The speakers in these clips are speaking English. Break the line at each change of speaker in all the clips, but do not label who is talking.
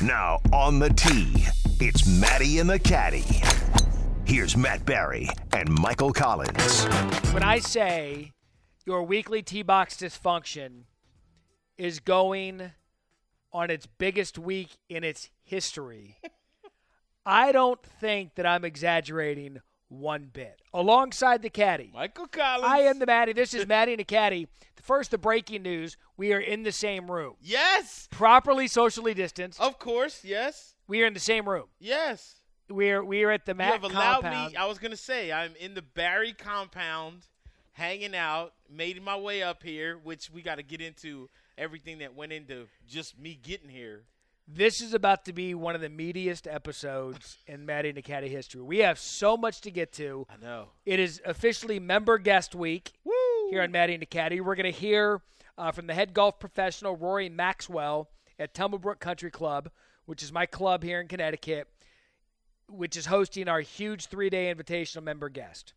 Now on the tee, it's Maddie and the Caddy. Here's Matt Barry and Michael Collins.
When I say your weekly T box dysfunction is going on its biggest week in its history, I don't think that I'm exaggerating one bit. Alongside the caddy,
Michael Collins.
I am the Maddie. This is Maddie and the caddy. First, the breaking news: we are in the same room,
Yes,
properly socially distanced.
of course. Yes,
We are in the same room.
yes.
We're we are at the Matt
you have allowed
compound.
me. I was gonna say I'm in the Barry compound, hanging out, made my way up here, which we got to get into everything that went into just me getting here.
This is about to be one of the meatiest episodes in Maddie and the caddy history. We have so much to get to.
I know.
It is officially member guest week
Woo!
here on Maddie and the Caddy. We're going to hear uh, from the head golf professional Rory Maxwell at Tumblebrook Country Club, which is my club here in Connecticut, which is hosting our huge three-day invitational member guest.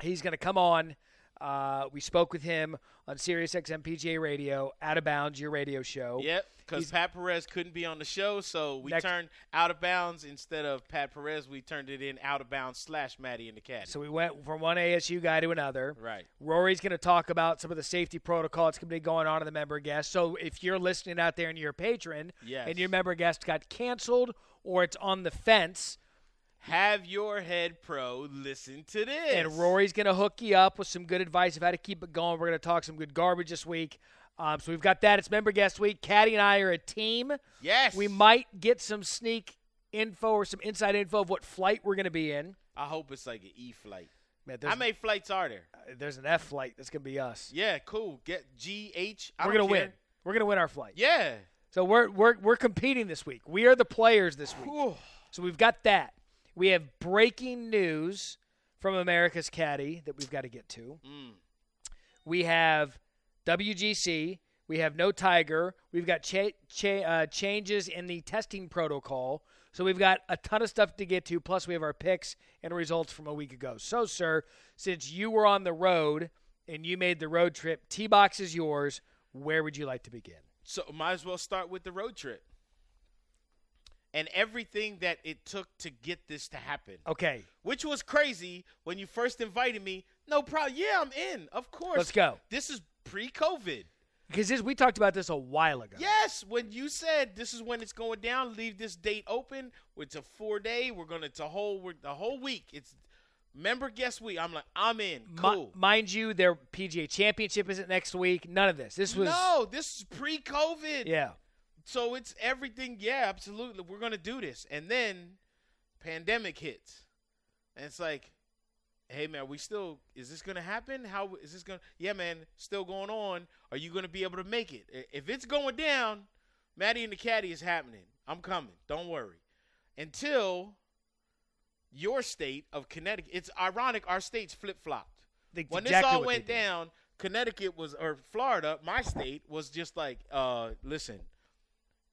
He's going to come on. Uh, we spoke with him on Sirius XM PGA Radio, Out of Bounds, your radio show.
Yep, because
He's-
Pat Perez couldn't be on the show, so we
Next-
turned out of bounds instead of Pat Perez. We turned it in out of bounds slash Maddie and the Caddy.
So we went from one ASU guy to another.
right.
Rory's going to talk about some of the safety protocol that's going to be going on in the member guest. So if you're listening out there and you're a patron
Yes.
and your member guest got canceled or it's on the fence,
Have your head pro listen to this.
and Rory's going to hook you up with some good advice of how to keep it going. We're going to talk some good garbage this week. Um, so we've got that. It's member guest week. Caddy and I are a team.
Yes.
We might get some sneak info or some inside info of what flight we're going to be in.
I hope it's like an E flight.
Man, there's,
How many flights are there?
there's an F flight that's going to be us.
Yeah, cool. Get G H.
we're going to win. We're going to win our flight.
Yeah.
So we're we're we're competing this week. We are the players this week.
Whew.
So we've got that. We have breaking news from America's Caddy that we've got to get to.
Mm.
We have WGC. We have no Tiger. We've got cha- cha- uh, changes in the testing protocol. So we've got a ton of stuff to get to. Plus, we have our picks and results from a week ago. So, sir, since you were on the road and you made the road trip, T box is yours. Where would you like to begin?
So might as well start with the road trip and everything that it took to get this to happen,
Okay,
which was crazy when you first invited me. No problem. Yeah, I'm in. Of course.
Let's go.
This is pre-COVID.
Because this, we talked about this a while ago.
Yes, when you said this is when it's going down, leave this date open. It's a four day. We're gonna it's a whole we're, the whole week. It's member guest week. I'm like I'm in.
Mi-
Cool.
mind you, their PGA Championship isn't next week. None of this. This was
no, this is pre-COVID.
yeah.
So it's everything. Yeah, absolutely. We're gonna do this, and then pandemic hits, and it's like, hey man, we still is this gonna happen? How is this gonna? Yeah, man, still going on. Are you gonna be able to make it? I- If it's going down, Maddie and the Caddy is happening. I'm coming. Don't worry. Until your state of Connecticut. It's ironic. Our states flip flopped
That's
when
exactly
this all
what
went
they did.
down, Connecticut was or Florida, my state was just like, uh, listen,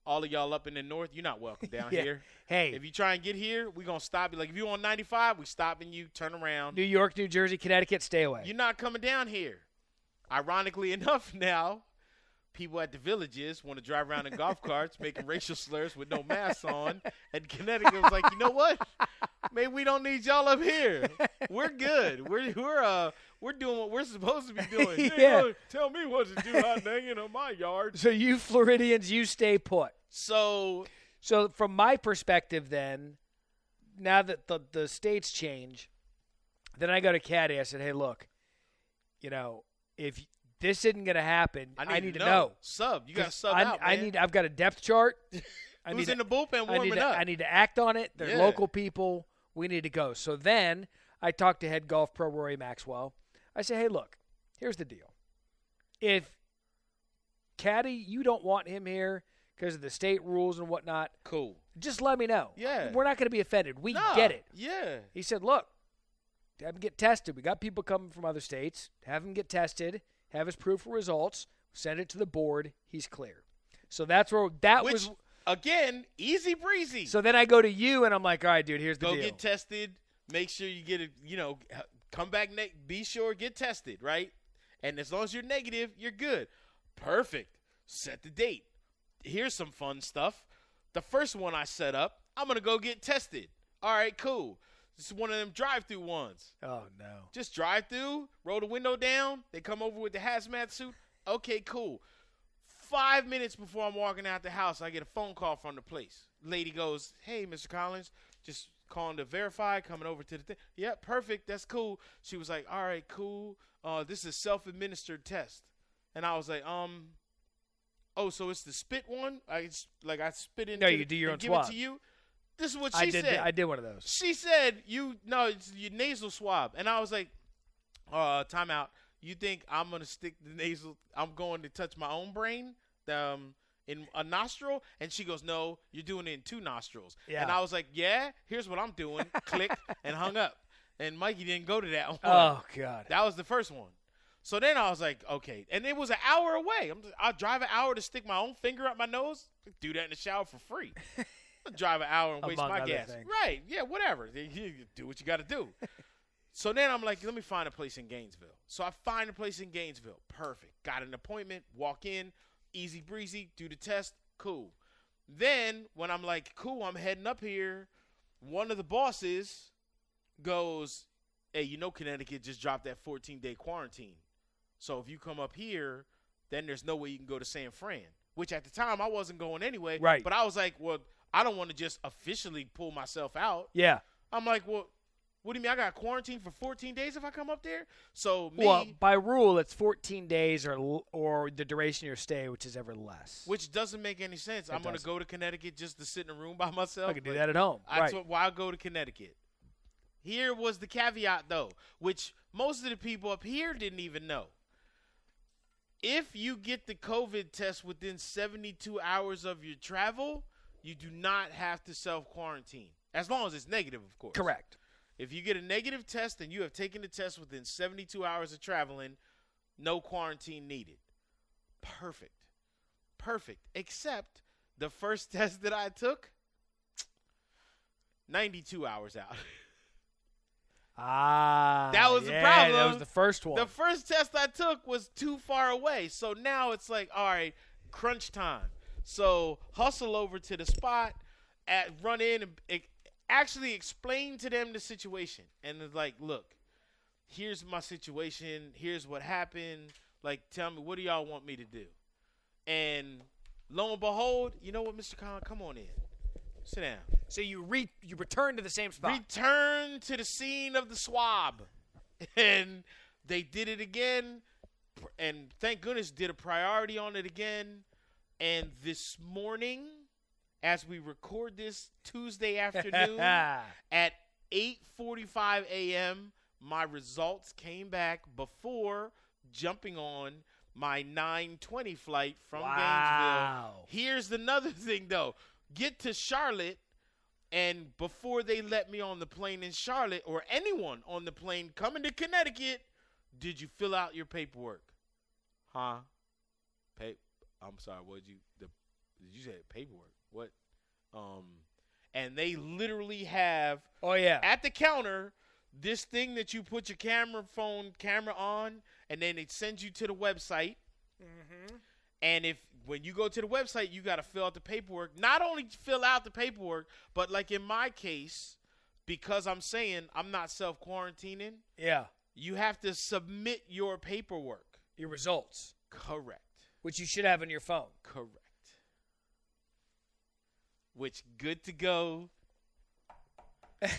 all of y'all up in the north, you're not welcome down
Yeah.
here.
Hey,
If you try and get here, we're gonna stop you. Like if you're on 95, we stopping you. Turn around.
New York, New Jersey, Connecticut, stay away.
You're not coming down here. Ironically enough, now people at the villages want to drive around in golf carts making racial slurs with no masks on. And Connecticut was like, you know what? Maybe we don't need y'all up here. We're good. We're we're uh we're doing what we're supposed to be doing. You
Yeah.
don't tell me what to do. I'm hanging on my yard.
so you Floridians, you stay put.
So
So from my perspective, then, now that the the states change, then I go to Caddy. I said, hey, look, you know, if this isn't going to happen,
I need,
to know.
Sub, you got
'Cause
sub
I,
out.
I
man.
need. I've got a depth chart. I
Who's
need
in the bullpen warming
I need to,
up?
I need to act on it. They're
Yeah.
local people. We need to go. So then I talked to head golf pro Rory Maxwell. I said, hey, look, here's the deal. If Caddy, you don't want him here because of the state rules and whatnot,
cool.
just let me know.
Yeah.
We're not going to be offended. We
Nah,
get it.
Yeah.
He said, look, have him get tested. We got people coming from other states. Have him get tested, have his proof of results, send it to the board. He's clear. So that's where that
Which
was.
again, easy breezy.
So then I go to you and I'm like, all right, dude, here's the
go
deal.
get tested. Make sure you get it. You know, come back. Ne- be sure get tested, right? And as long as you're negative, you're good. Perfect. Set the date. Here's some fun stuff. The first one I set up, I'm gonna go get tested. All right, cool. This is one of them drive-through ones.
Oh no.
Just drive through, roll the window down. They come over with the hazmat suit. Okay, cool. Five minutes before I'm walking out the house, I get a phone call from the place. Lady goes, "Hey, Mr. Collins, just calling to verify, coming over to the thing. Yep, perfect. That's cool." She was like, "All right, cool. Uh, this is a self-administered test," and I was like, "Um, oh, so it's the spit one? I s- like I spit in.
you do your own
give
swab.
it to you." This is what she
I did.
said.
I did one of those.
She said, "You no, it's your nasal swab," and I was like, "Uh, time out. You think I'm gonna stick the nasal? I'm going to touch my own brain, um, in a nostril?" And she goes, "No, you're doing it in two nostrils." And
Yeah.
I was like, "Yeah, here's what I'm doing." Click and hung up. And Mikey didn't go to that one.
Oh god.
That was the first one. So then I was like, okay, and it was an hour away. I'm, I'll drive an hour to stick my own finger up my nose. Do that in the shower for free. I'll drive an hour and waste
Among
my
other
gas.
things.
Right? Yeah, whatever. You- you do what you got to do. so then I'm like, let me find a place in Gainesville. So I find a place in Gainesville. Perfect. Got an appointment. Walk in. Easy breezy. Do the test. Cool. Then when I'm like, cool, I'm heading up here. One of the bosses goes, hey, you know Connecticut just dropped that 14 day quarantine. So if you come up here, then there's no way you can go to San Fran, which at the time I wasn't going anyway.
Right.
But I was like, well, I don't want to just officially pull myself out.
Yeah.
I'm like, well, what do you mean? I got quarantined for 14 days if I come up there? So me,
Well, by rule, it's 14 days or l- or the duration of your stay, which is ever less.
which doesn't make any sense. I'm going to
doesn't.
go to Connecticut just to sit in a room by myself.
I could do
Like,
that at home.
That's
right.
what- why I go to Connecticut. Here was the caveat, though, which most of the people up here didn't even know. If you get the COVID test within 72 hours of your travel, you do not have to self quarantine. As long as it's negative, of course.
Correct.
If you get a negative test and you have taken the test within 72 hours of traveling, no quarantine needed. Perfect. Perfect. Except the first test that I took, 92 hours out.
Ah.
That was the
yeah, That
problem.
was the first one.
the first test I took was too far away. So now it's like, all right, crunch time. So hustle over to the spot, at, run in and e- actually explain to them the situation. And it's like, look, here's my situation. Here's what happened. Like, tell me, what do y'all want me to do? And lo and behold, you know what, Mr. Khan, come on in. Sit down.
so you re you return to the same spot.
Return to the scene of the swab. And they did it again. And thank goodness did a priority on it again. And this morning, as we record this Tuesday
Oh,
afternoon at 8:45 a.m., my results came back before jumping on my 9:20 flight from
Wow.
Gainesville. Here's another thing though. Get to Charlotte and before they let me on the plane in Charlotte or anyone on the plane coming to Connecticut, did you fill out your paperwork? Huh? Pa- I'm sorry, what did you the did you say paperwork? What? Um and they literally have
oh yeah.
at the counter this thing that you put your camera phone camera on and then it sends you to the website
Mm-hmm.
and if when you go to the website you got to fill out the paperwork not only fill out the paperwork but like in my case because i'm saying i'm not self-quarantining
yeah.
you have to submit your paperwork
Your results,
correct
which you should have on your phone.
correct which good to go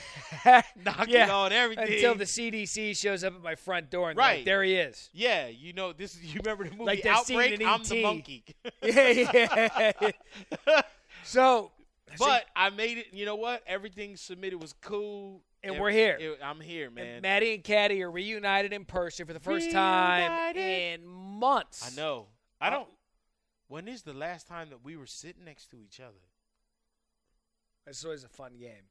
knocking
Yeah,
on everything
Until the CDC shows up at my front door and they're
Right.
like, there he is.
Yeah, you know this. Is, you remember the movie
Like that scene
Outbreak?
in E
I'm the
E.T..
monkey.
yeah. So,
but I made it. You know what? Everything submitted was cool,
And
Ev-
we're here.
it- I'm here, man.
Maddie and Caddy are reunited in person for the first time
Reunited.
in months.
I know. I
Uh,
don't. When is the last time that we were sitting next to each other?
It's always a fun game.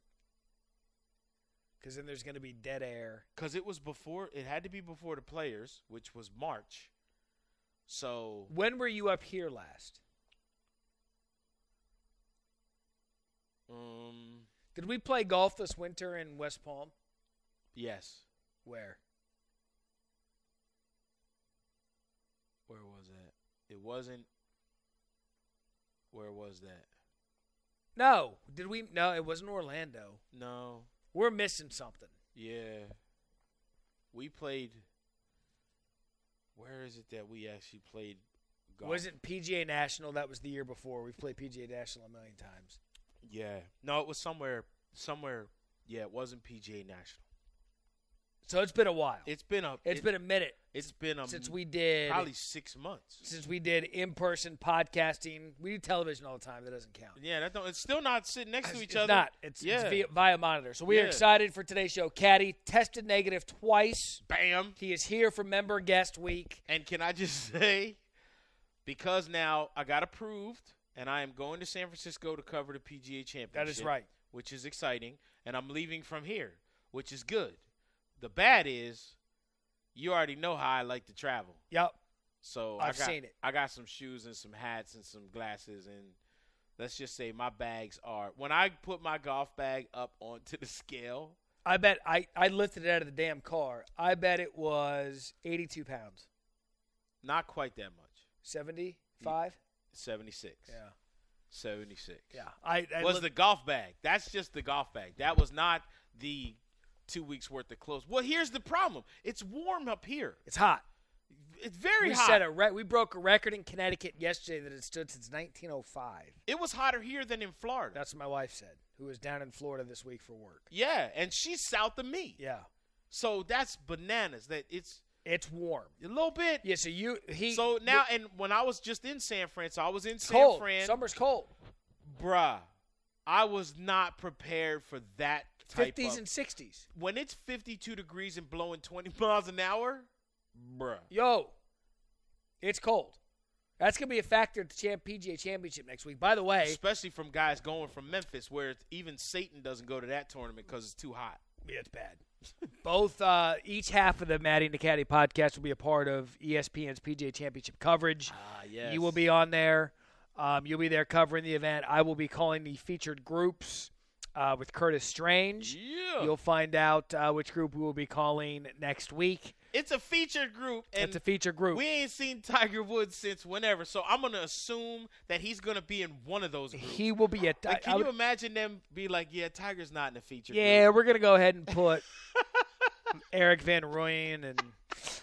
Because then there's going to be dead air.
Because it was before. It had to be before the players, which was March. So
When were you up here last?
um,
Did we play golf this winter in West Palm?
yes.
Where?
Where was that? It wasn't. Where was that?
No, did we? No, it wasn't Orlando.
No.
We're missing something.
Yeah. We played. Where is it that we actually played golf?
Was it PGA National? That was the year before. We've played PGA National a million times.
Yeah. No, it was somewhere. Somewhere. Yeah, it wasn't PGA National.
So it's been a while.
It's been a.
it's been a minute
It's been a.
since we did
probably six months.
since we did in person podcasting. We do television all the time. That doesn't count.
Yeah, that don't. It's still not sitting next to each
it's
other.
not. It's,
yeah.
it's via, via monitor. So we are
Yeah.
excited for today's show. Caddy tested negative twice.
Bam.
He is here for member guest week.
And can I just say, because now I got approved, and I am going to San Francisco to cover the PGA Championship.
That is right.
Which is exciting, and I'm leaving from here, which is good. The bad is, you already know how I like to travel,
Yep.
so
I've
I got,
seen it.
I got some shoes and some hats and some glasses and. Let's just say my bags are when I put my golf bag up onto the scale,
I bet I, I lifted it out of the damn car. I bet it was 82 pounds.
not quite that much.
75?
76.
Yeah.
76.
Yeah. I, I
was
looked-
the golf bag. That's just the golf bag. That was not the two weeks worth of clothes. Well, here's the problem. It's warm up here.
It's hot.
It's very
we
hot.
set a re- we broke a record in Connecticut yesterday that had stood since 1905.
it was hotter here than in Florida.
That's what my wife said, who was down in Florida this week for work.
yeah, and she's south of me.
Yeah.
So that's bananas. That it's
It's warm.
a little bit.
Yeah, so you he
So now, and when I was just in San Fran, so I was in
it's
San
cold.
Fran,
Summer's cold.
bruh. I was not prepared for that type
50s
of.
and 60s.
when it's 52 degrees and blowing 20 miles an hour, bruh.
Yo, it's cold. That's gonna be a factor at the champ- PGA Championship next week. By the way,
especially from guys going from Memphis, where it's- even Satan doesn't go to that tournament because it's too hot.
yeah, it's bad. Both uh, each half of the Maddie and the Caddy podcast will be a part of E ESPN's PGA Championship coverage.
Ah, yes.
You will be on there. Um, you'll be there covering the event. I will be calling the featured groups uh, with Curtis Strange.
Yeah.
You'll find out uh, which group we will be calling next week.
It's a featured group, and
It's a feature group.
we ain't seen Tiger Woods since whenever. So I'm gonna assume that he's gonna be in one of those groups.
he will be at.
like,
I-
can
I
you
would-
imagine them be like, "Yeah, Tiger's not in a feature."
Yeah,
group.
we're gonna go ahead and put Eric Van Rooyen and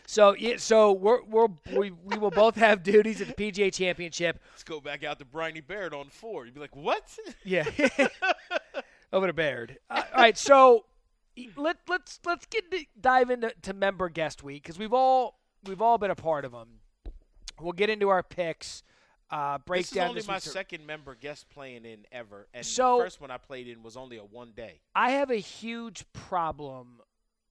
so yeah, so we're, we're we we will both have duties at the PGA Championship.
let's go back out to Bryony Barrett on four. You'd be like, "What?"
Yeah, over to Baird. Uh, all right, so e, let let's let's get to, dive into to member guest week because we've all we've all been a part of them. We'll get into our picks. Uh, break
this is
down
only
this
my
week's-
second member guest playing in ever, and
So-
the first one I played in was only a one day.
I have a huge problem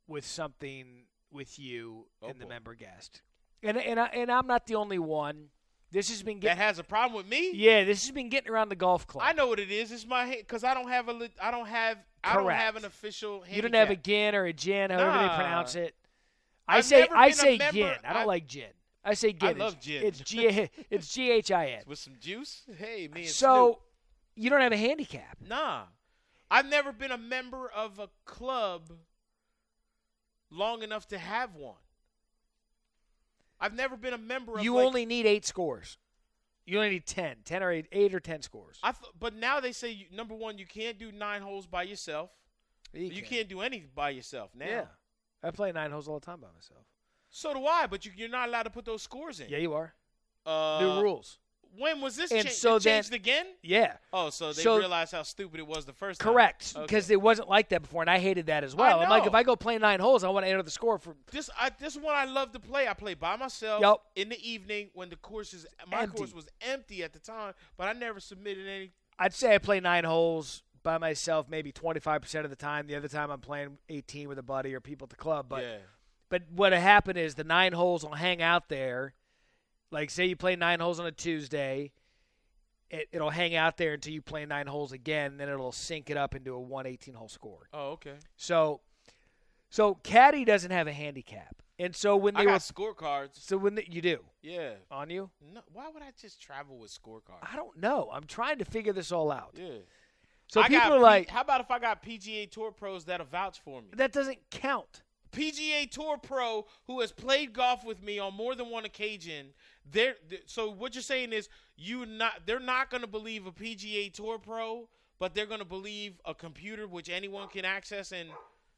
with something with you
Oh,
and the
boy.
member guest, and and I, and I'm not the only one. This has been
That
getting
has a problem with me.
yeah, this has been getting around the golf club.
I know what it is. It's my because I don't have a lit- I don't have I don't
Correct.
have an official. Handicap.
you didn't have a gin or a gin, however they
Nah.
pronounce it. I
I've
say
never
I
been a
say
member-
gin. I don't
I've-
like gin. I say gin.
love
It's-
gin.
It's G. It's G H I N.
with some juice. Hey, me and
So you don't have a handicap.
Snoop. nah, I've never been a member of a club long enough to have one. I've never been a member of
You
like-
only need eight scores. You only need ten, ten or eight, eight or ten scores.
I th- but now they say you, number one you can't do nine holes by yourself. You,
can.
can't do any by yourself now.
Yeah. I play nine holes all the time by myself.
So do I, but you, you're not allowed to put those scores in.
Yeah, you are.
Uh,
New rules.
When was this
And
cha-
so
it
then-
changed again?
Yeah.
Oh, so they
So-
realized how stupid it was the first time.
Correct.
Okay.
Because it wasn't like that before, and I hated that as well.
I
I'm like,
know.
if I go play nine holes, I want to enter the score for.
this I, this one I love to play. I play by myself
Yup.
in the evening when the course is my
Empty.
course was empty at the time, but I never submitted any.
I'd say I play nine holes by myself maybe 25% of the time. The other time I'm playing 18 with a buddy or people at the club. But
yeah,
But what happened is the nine holes will hang out there. Like, say you play nine holes on a Tuesday, it, it'll hang out there until you play nine holes again, then it'll sync it up into a 118 hole score.
oh okay.
So, so Caddy doesn't have a handicap, and so when
I
they
got
were,
scorecards.
so when they, you do
Yeah,
on you,
no, why would I just travel with scorecards?
I don't know. I'm trying to figure this all out.
Yeah,
So
I
people
got
are
P-
like,
how about if I got PGA Tour pros that'll vouch for me?
that doesn't count.
PGA Tour pro who has played golf with me on more than one occasion. They're, th- so what you're saying is you not they're not going to believe a PGA Tour pro, but they're gonna believe a computer which anyone can access and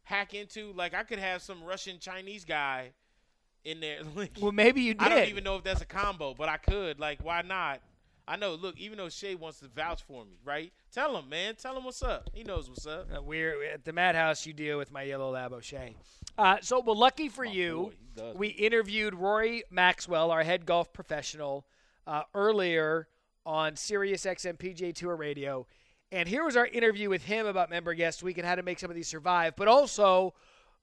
hack into. Like I could have some Russian Chinese guy in there. Like,
Well, maybe you did.
I don't even know if that's a combo, but I could. Like, why not? I know. Look, even though Shay wants to vouch for me, right? Tell him, man. Tell him what's up. He knows what's up.
Uh, we're at the madhouse. You deal with my yellow lab O'Shea. Uh, so, well, lucky for you,
Oh, boy, he does.
we interviewed Rory Maxwell, our head golf professional, uh, earlier on Sirius XM PJ Tour Radio, and here was our interview with him about member guest week and how to make some of these survive. But also,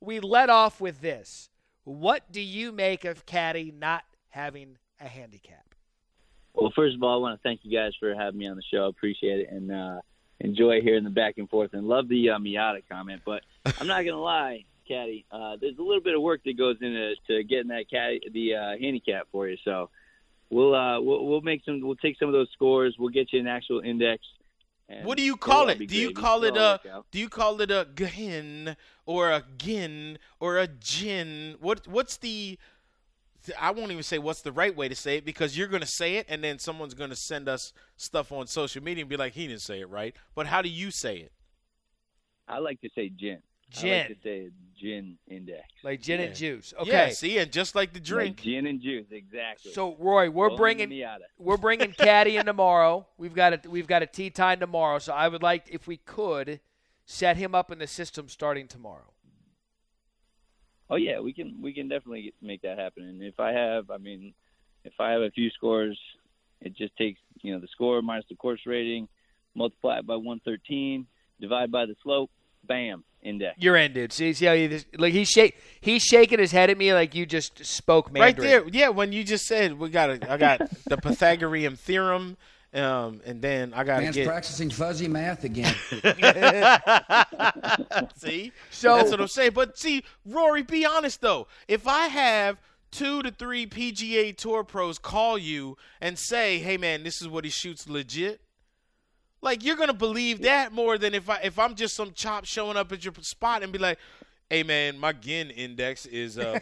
we let off with this: What do you make of Caddy not having a handicap?
Well, first of all, I want to thank you guys for having me on the show. I appreciate it and uh, enjoy hearing the back and forth and love the uh, Miata comment. But I'm not gonna lie, caddy, uh, there's a little bit of work that goes into to getting that caddy the uh, handicap for you. So we'll uh, we'll we'll make some we'll take some of those scores. We'll get you an actual index. and
What do you call
it'll
it?
be
Do you
gravy.
call it uh,
It'll all
a?
work out.
Do you call it a gin or a gin or a gin? What what's the? I won't even say what's the right way to say it because you're gonna say it and then someone's gonna send us stuff on social media and be like, he didn't say it right. But how do you say it?
I like to say gin. I
Gin,
like to say gin index.
like gin and juice. Okay.
Yeah, see, and just like the drink.
Like gin and juice, exactly.
So, Roy, we're
Rolling the
bringing.
Miata.
we're bringing Caddy in tomorrow. We've got a we've got a tea time tomorrow, so I would like if we could set him up in the system starting tomorrow.
Oh yeah, we can we can definitely get, make that happen. And if I have, I mean, if I have a few scores, it just takes you know the score minus the course rating, multiply it by 113, divide by the slope, bam, index.
You're in, dude. See, see how he just, like he's shake he's shaking his head at me like you just spoke
right
Mandarin.
there. Yeah, when you just said we got I got the Pythagorean theorem, um, and then I got to
Man's
get.
practicing fuzzy math again.
see,
So-
that's what I'm saying. But see, Rory, be honest though. If I have two to three PGA Tour pros call you and say, "Hey, man, this is what he shoots legit," like you're gonna believe that more than if I if I'm just some chop showing up at your spot and be like. Hey man, my gin index is uh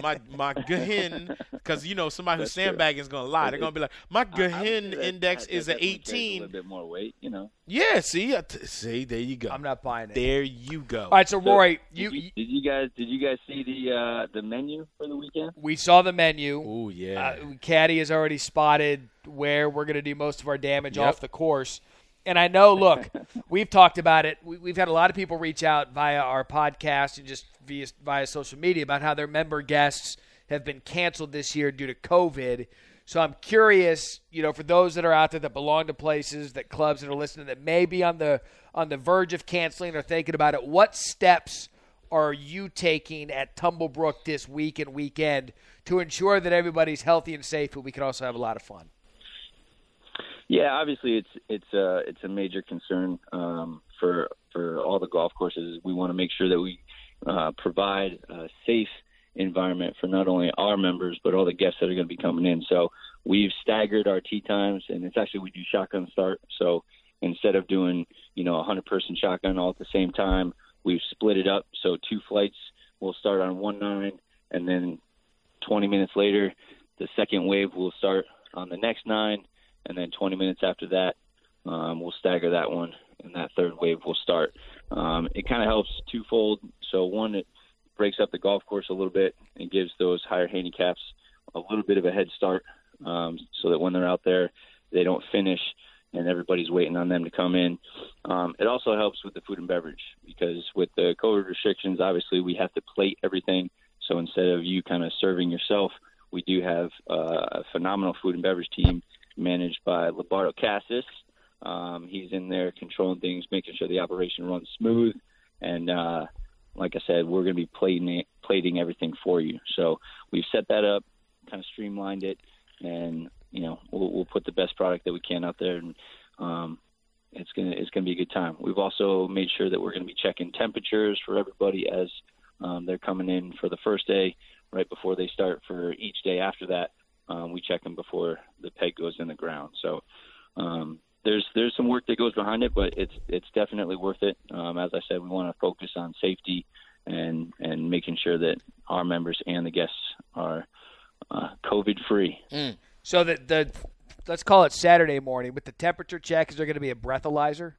my my gin because you know somebody who's
That's true.
sandbagging is gonna lie. They're gonna be like my
I- I would say
gin
that-
index
that- that
is a
definitely carries A
eighteen.
little bit more weight, you know.
Yeah, see, I t- see, there you go.
I'm not buying it.
There you go.
All right, so
So,
Roy, you,
did did you guys did you guys see the uh, the menu for the weekend?
we saw the menu.
Oh yeah.
Uh, Caddy has already spotted where we're going to do most of our damage
Yep.
off the course. And I know, look, we've talked about it. We, we've had a lot of people reach out via our podcast and just via, via social media about how their member guests have been canceled this year due to COVID. So I'm curious, you know, for those that are out there that belong to places, that clubs that are listening, that may be on the on the verge of canceling or thinking about it, what steps are you taking at Tumblebrook this week and weekend to ensure that everybody's healthy and safe, but we can also have a lot of fun?
Yeah, obviously it's it's a it's a major concern um, for for all the golf courses. We want to make sure that we uh, provide a safe environment for not only our members but all the guests that are going to be coming in. So we've staggered our tee times, and it's actually we do shotgun start. So instead of doing you know a hundred person shotgun all at the same time, we've split it up. So two flights will start on one nine, and then 20 minutes later, the second wave will start on the next nine, and then 20 minutes after that, um, we'll stagger that one, and that third wave will start. Um, it kind of helps twofold. So one, it breaks up the golf course a little bit and gives those higher handicaps a little bit of a head start, um, so that when they're out there, they don't finish. And everybody's waiting on them to come in. Um, it also helps with the food and beverage because with the COVID restrictions, obviously we have to plate everything. So instead of you kind of serving yourself, we do have uh, a phenomenal food and beverage team managed by Labarto Cassis. Um, he's in there controlling things, making sure the operation runs smooth. And uh, like I said, we're going to be plating it, plating everything for you. So we've set that up, kind of streamlined it, and you know we'll, we'll put the best product that we can out there, and um, it's gonna it's gonna be a good time. We've also made sure that we're going to be checking temperatures for everybody as um, they're coming in for the first day, right before they start for each day after that. Um, we check them before the peg goes in the ground. So um, there's there's some work that goes behind it, but it's it's definitely worth it. Um, as I said, we want to focus on safety and and making sure that our members and the guests are uh, COVID free.
So that the let's call it Saturday morning, but the temperature check is there going to be a breathalyzer?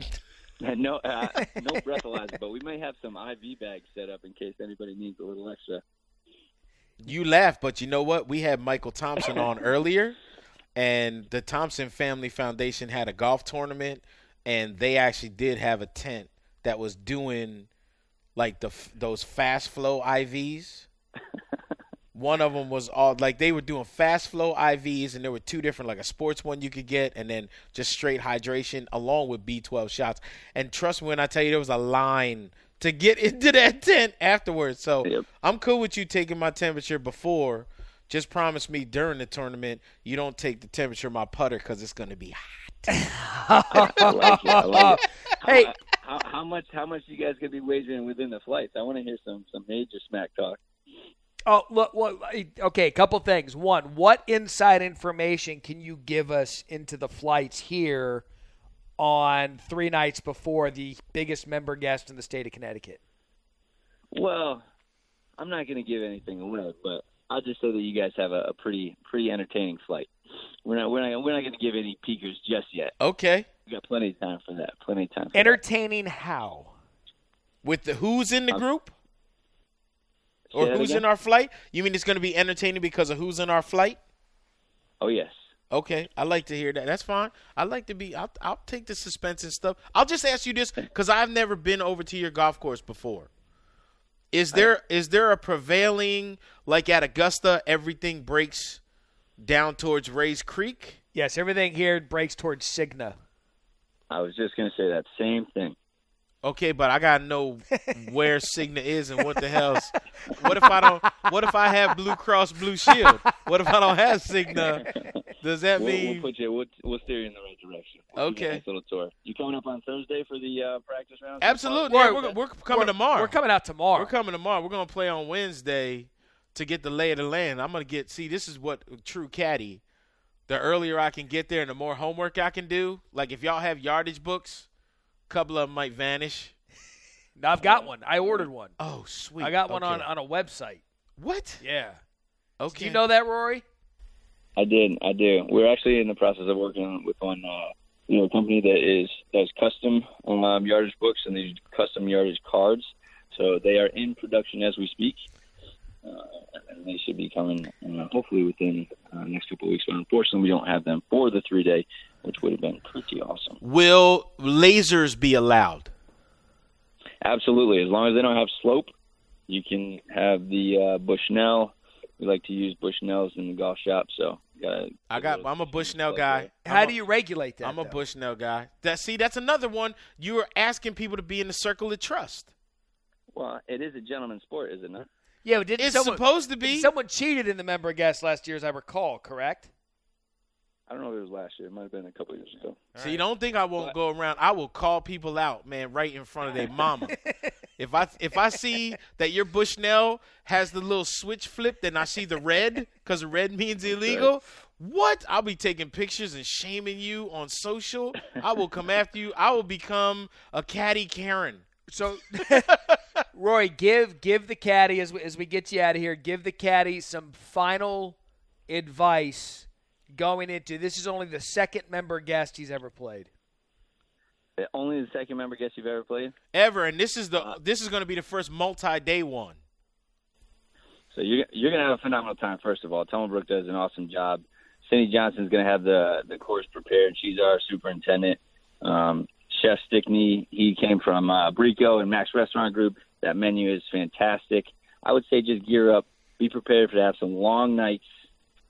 no, uh, no breathalyzer, but we may have some IV bags set up in case anybody needs a little extra.
You laugh, but you know what? We had Michael Thompson on earlier, and the Thompson Family Foundation had a golf tournament, and they actually did have a tent that was doing like the f- those fast flow IVs. one of them was all like they were doing fast flow IVs, and there were two different, like a sports one you could get, and then just straight hydration along with B12 shots. And trust me when I tell you, there was a line to get into that tent afterwards. So
Yep.
I'm cool with you taking my temperature before. Just promise me during the tournament you don't take the temperature of my putter because it's going to be hot.
I like it. I like it.
Hey.
How, how, how much? How much you guys gonna be wagering within the flights? I want to hear some some major smack talk.
Oh, look, look, okay, a couple things. One, what inside information can you give us into the flights here on three nights before the biggest member guest in the state of Connecticut?
Well, I'm not going to give anything away, but I'll just say that you guys have a, a pretty pretty entertaining flight. We're not we're not, we're not going to give any peekers just yet.
Okay.
We got plenty of time for that. Plenty of time. For that.
Entertaining how?
With the who's in the group or
Uh, Say that
who's
again?
in our flight? You mean it's going to be entertaining because of who's in our flight?
Oh yes.
Okay, I like to hear that. That's fine. I like to be. I'll, I'll take the suspense and stuff. I'll just ask you this because I've never been over to your golf course before. Is there is there a prevailing like at Augusta everything breaks down towards Rays Creek?
Yes, everything here breaks towards Cigna.
I was just going to say that same thing.
Okay, but I gotta know where Cigna is and what the hell's. What if I don't? What if I have Blue Cross Blue Shield? What if I don't have Cigna? Does that
We'll, we'll
mean
put you. We'll, we'll steer you in the right direction. We'll give you a
Okay.
nice little tour. You coming up on Thursday for the uh, practice round?
absolutely? yeah,
We're-
we're, we're coming tomorrow.
We're coming out tomorrow.
We're coming tomorrow. We're gonna play on Wednesday to get the lay of the land. I'm gonna get see. This is what true caddy. The earlier I can get there, and the more homework I can do. Like if y'all have yardage books, a couple of them might vanish.
Now, I've got one. I ordered one.
Oh sweet!
I got one
Okay.
on, on a website.
what?
Yeah.
Okay.
Do you know that, Rory?
I did. I do. We're actually in the process of working with one, uh, you know, a company that is does custom um, yardage books and these custom yardage cards. So they are in production as we speak, uh, and they should be coming uh, hopefully within uh, next couple of weeks. But unfortunately, we don't have them for the three day, which would have been pretty awesome.
Will lasers be allowed?
Absolutely, as long as they don't have slope, you can have the uh, Bushnell. We like to use Bushnells in the golf shop, so uh,
I got. I'm a Bushnell guy.
How
I'm
do
a-
you regulate that?
I'm a
though?
Bushnell guy. That see, that's another one. You are asking people to be in the circle of trust.
Well, it is a gentleman's sport, is it not?
Yeah, but didn't
It's
someone,
supposed to be.
someone cheated in the member guest last year, as I recall, correct?
I don't know if it was last year. It might have been a couple years ago.
So you don't think I won't go around? I will call people out, man, right in front of their mama. if I if I see that your Bushnell has the little switch flipped and I see the red because the red means illegal, what? I'll be taking pictures and shaming you on social. I will come after you. I will become a caddy Karen.
So, Roy, give give the caddy as we, as we get you out of here. Give the caddy some final advice going into this. Is only the second member guest he's ever played.
Uh, Only the second member guest you've ever played.
ever, and this is the this is going to be the first multi-day one.
So you're you're gonna have a phenomenal time. First of all, Brook does an awesome job. Cindy Johnson's gonna have the the course prepared. She's our superintendent. Um, Chef Stickney, he came from uh, Brico and Max Restaurant Group. That menu is fantastic. I would say just gear up, be prepared for to have some long nights,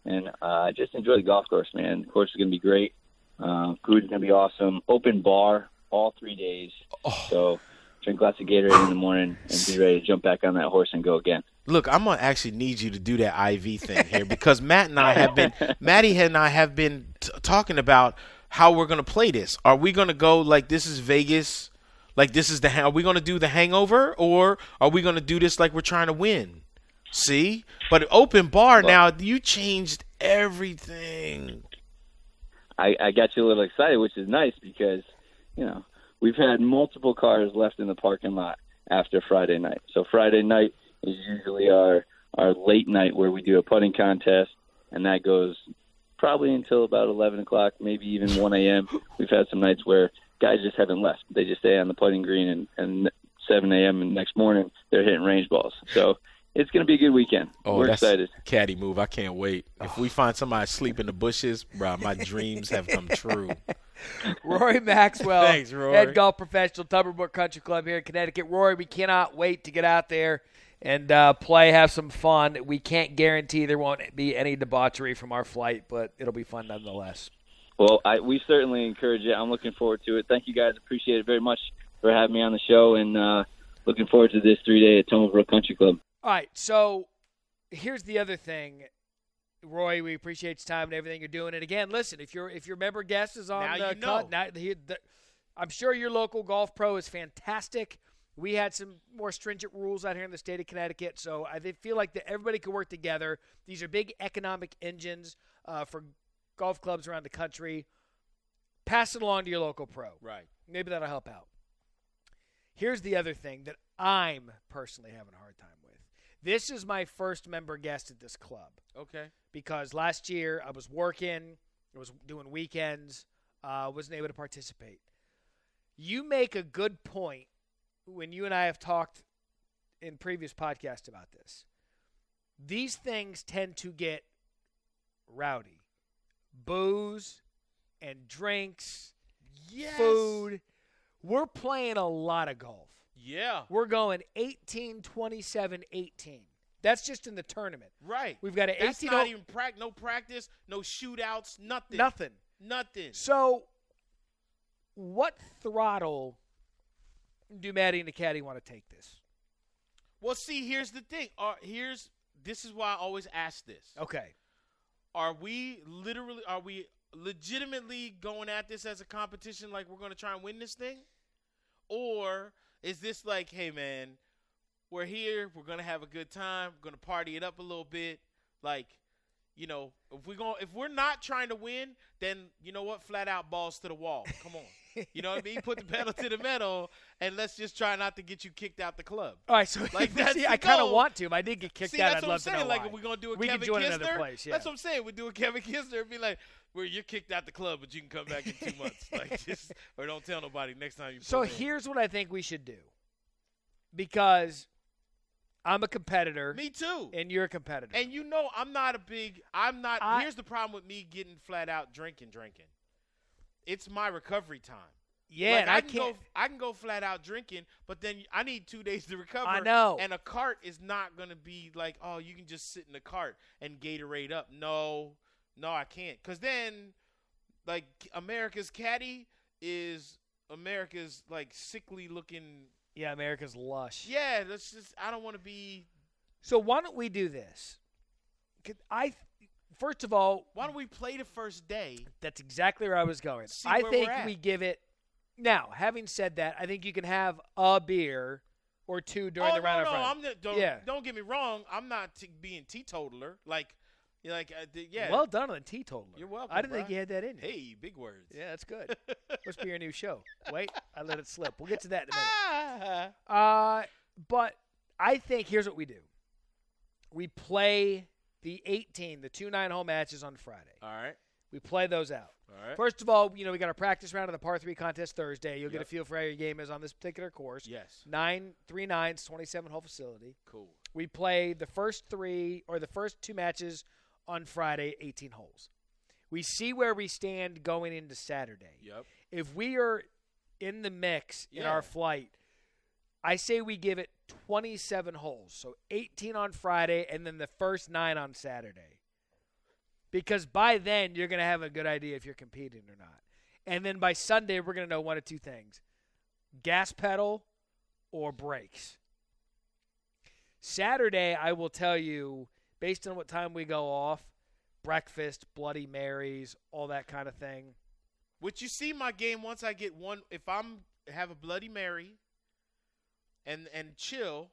and uh, just enjoy the golf course, man. The course is gonna be great. Uh, food's gonna be awesome. Open bar all three days. So drink lots of Gatorade in the morning and be ready to jump back on that horse and go again.
Look, I'm gonna actually need you to do that IV thing here because Matt and I have been, Maddie and I have been t- talking about how we're gonna play this. Are we gonna go like this is Vegas, like this is the hang- are we gonna do the Hangover or are we gonna do this like we're trying to win? See, but open bar now, you changed everything.
I, I got you a little excited, which is nice because, you know, we've had multiple cars left in the parking lot after Friday night. So Friday night is usually our our late night where we do a putting contest, and that goes probably until about eleven o'clock, maybe even one a.m. We've had some nights where guys just haven't left. They just stay on the putting green, and, and 7 a.m. and next morning they're hitting range balls. So it's going to be a good weekend.
Oh,
We're
that's
excited.
caddy move. I can't wait. If we find somebody asleep in the bushes, bro, my dreams have come true.
Rory Maxwell,
Thanks, Rory.
head golf professional, Tuberbrook Country Club here in Connecticut. Rory, we cannot wait to get out there and uh, play, have some fun. We can't guarantee there won't be any debauchery from our flight, but it'll be fun nonetheless.
Well, I, we certainly encourage it. I'm looking forward to it. Thank you guys. Appreciate it very much for having me on the show, and uh, looking forward to this three day at Tomahawk Country Club.
All right, so here's the other thing, Roy. We appreciate your time and everything you're doing. And again, listen, if your if your member guest is on
Now
the
you know.
cut, now, he- the, I'm sure your local golf pro is fantastic. We had some more stringent rules out here in the state of Connecticut, so I thi- feel like that everybody could work together. These are big economic engines uh, for golf clubs around the country. Pass it along to your local pro.
Right.
Maybe that'll help out. Here's the other thing that I'm personally having a hard time with. This is my first member guest at this club
Okay.
because last year I was working, I was doing weekends, uh, wasn't able to participate. You make a good point when you and I have talked in previous podcasts about this. These things tend to get rowdy, booze and drinks,
Yes.
food. We're playing a lot of golf.
Yeah.
We're going 18, 27, 18. That's just in the tournament.
Right.
We've got an
That's
18
not
o-
even prac- no practice, no shootouts, nothing.
Nothing.
Nothing.
So, what throttle do Maddie and the caddy want to take this?
Well, see, here's the thing. Are here's this is why I always ask this.
Okay.
Are we literally are we legitimately going at this as a competition like we're going to try and win this thing? Or is this like, hey man, we're here, we're going to have a good time, we're going to party it up a little bit, like you know, if we going if we're not trying to win, then you know what? Flat out balls to the wall. Come on. You know what I mean? Put the pedal to the metal and let's just try not to get you kicked out the club.
All right. So,
Like, that's
see,
the
I kind of
goal.
want to. If I did get kicked
See,
out,
that's
I'd
what
love
I'm
to
saying.
know
like,
why.
if we're gonna do a
We
Kevin
can join
Kisner,
another place. Yeah.
that's what I'm saying. We do a Kevin Kisner and be like, "Well, you're kicked out the club, but you can come back in two months. Like, just or don't tell nobody next time you."
so
pull in.
here's what I think we should do, because I'm a competitor
me too.
and you're a competitor.
And you know, I'm not a big. I'm not.
I-
here's the problem with me getting flat out drinking, drinking. It's my recovery time.
yeah,
Like,
and I,
can
can't.
Go, I can go flat out drinking, but then I need two days to recover.
I know.
And a cart is not going to be like, oh, you can just sit in the cart and Gatorade up. No, no, I can't. Because then, like, America's caddy is America's, like, sickly looking.
yeah, America's lush.
Yeah, that's just, I don't want to be.
So why don't we do this? 'Cause I, first of all,
Why don't we play the first day?
That's exactly where I was going.
See
I
where
think
we're at.
we give it. Now, having said that, I think you can have a beer or two during
oh,
the round
no,
of
no,
friends.
I'm not, don't,
Yeah.
don't get me wrong. I'm not t- being teetotaler. Like, you're like, uh, th- yeah.
Well done on the teetotaler.
You're welcome,
I didn't think
Brian.
you had that in you.
hey, big words.
Yeah, that's good. Must be your new show. Wait, I let it slip. We'll get to that in a minute.
Ah.
Uh, but I think here's what we do. We play the 18, the two nine hole matches on Friday.
All right.
We play those out.
All right.
First of all, you know we got our practice round of the par three contest Thursday. You'll get a
Yep.
feel for how your game is on this particular course.
Yes.
nine three nines, twenty seven hole facility.
Cool.
We play the first three or the first two matches on Friday, eighteen holes. We see where we stand going into Saturday.
Yep.
If we are in the mix in
Yeah.
our flight, I say we give it twenty seven holes. So eighteen on Friday and then the first nine on Saturday. Because by then you're gonna have a good idea if you're competing or not. And then by Sunday we're gonna know one of two things. Gas pedal or brakes. Saturday, I will tell you, based on what time we go off, breakfast, Bloody Marys, all that kind of thing.
Which you see my game once I get one. If I'm have a Bloody Mary, and and chill,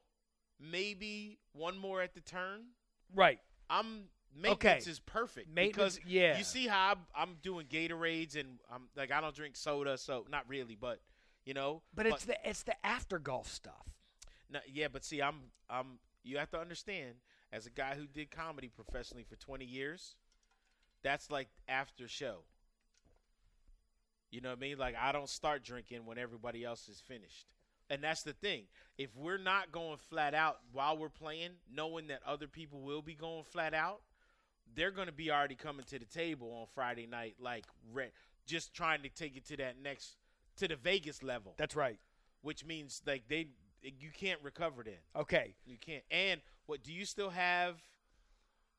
maybe one more at the turn.
Right.
I'm maintenance
Okay.
is perfect
Maintenance-
because
yeah.
you see how I'm, I'm doing Gatorades and I'm like I don't drink soda, so not really, but you know.
But it's the it's the after golf stuff.
No, yeah, but see, I'm I'm you have to understand as a guy who did comedy professionally for 20 years, that's like after show. You know what I mean? Like I don't start drinking when everybody else is finished. And that's the thing. If we're not going flat out while we're playing, knowing that other people will be going flat out, they're going to be already coming to the table on Friday night like re- just trying to take it to that next to the Vegas level,
That's right.
which means like they you can't recover then.
Okay.
You can't. And what do you still have?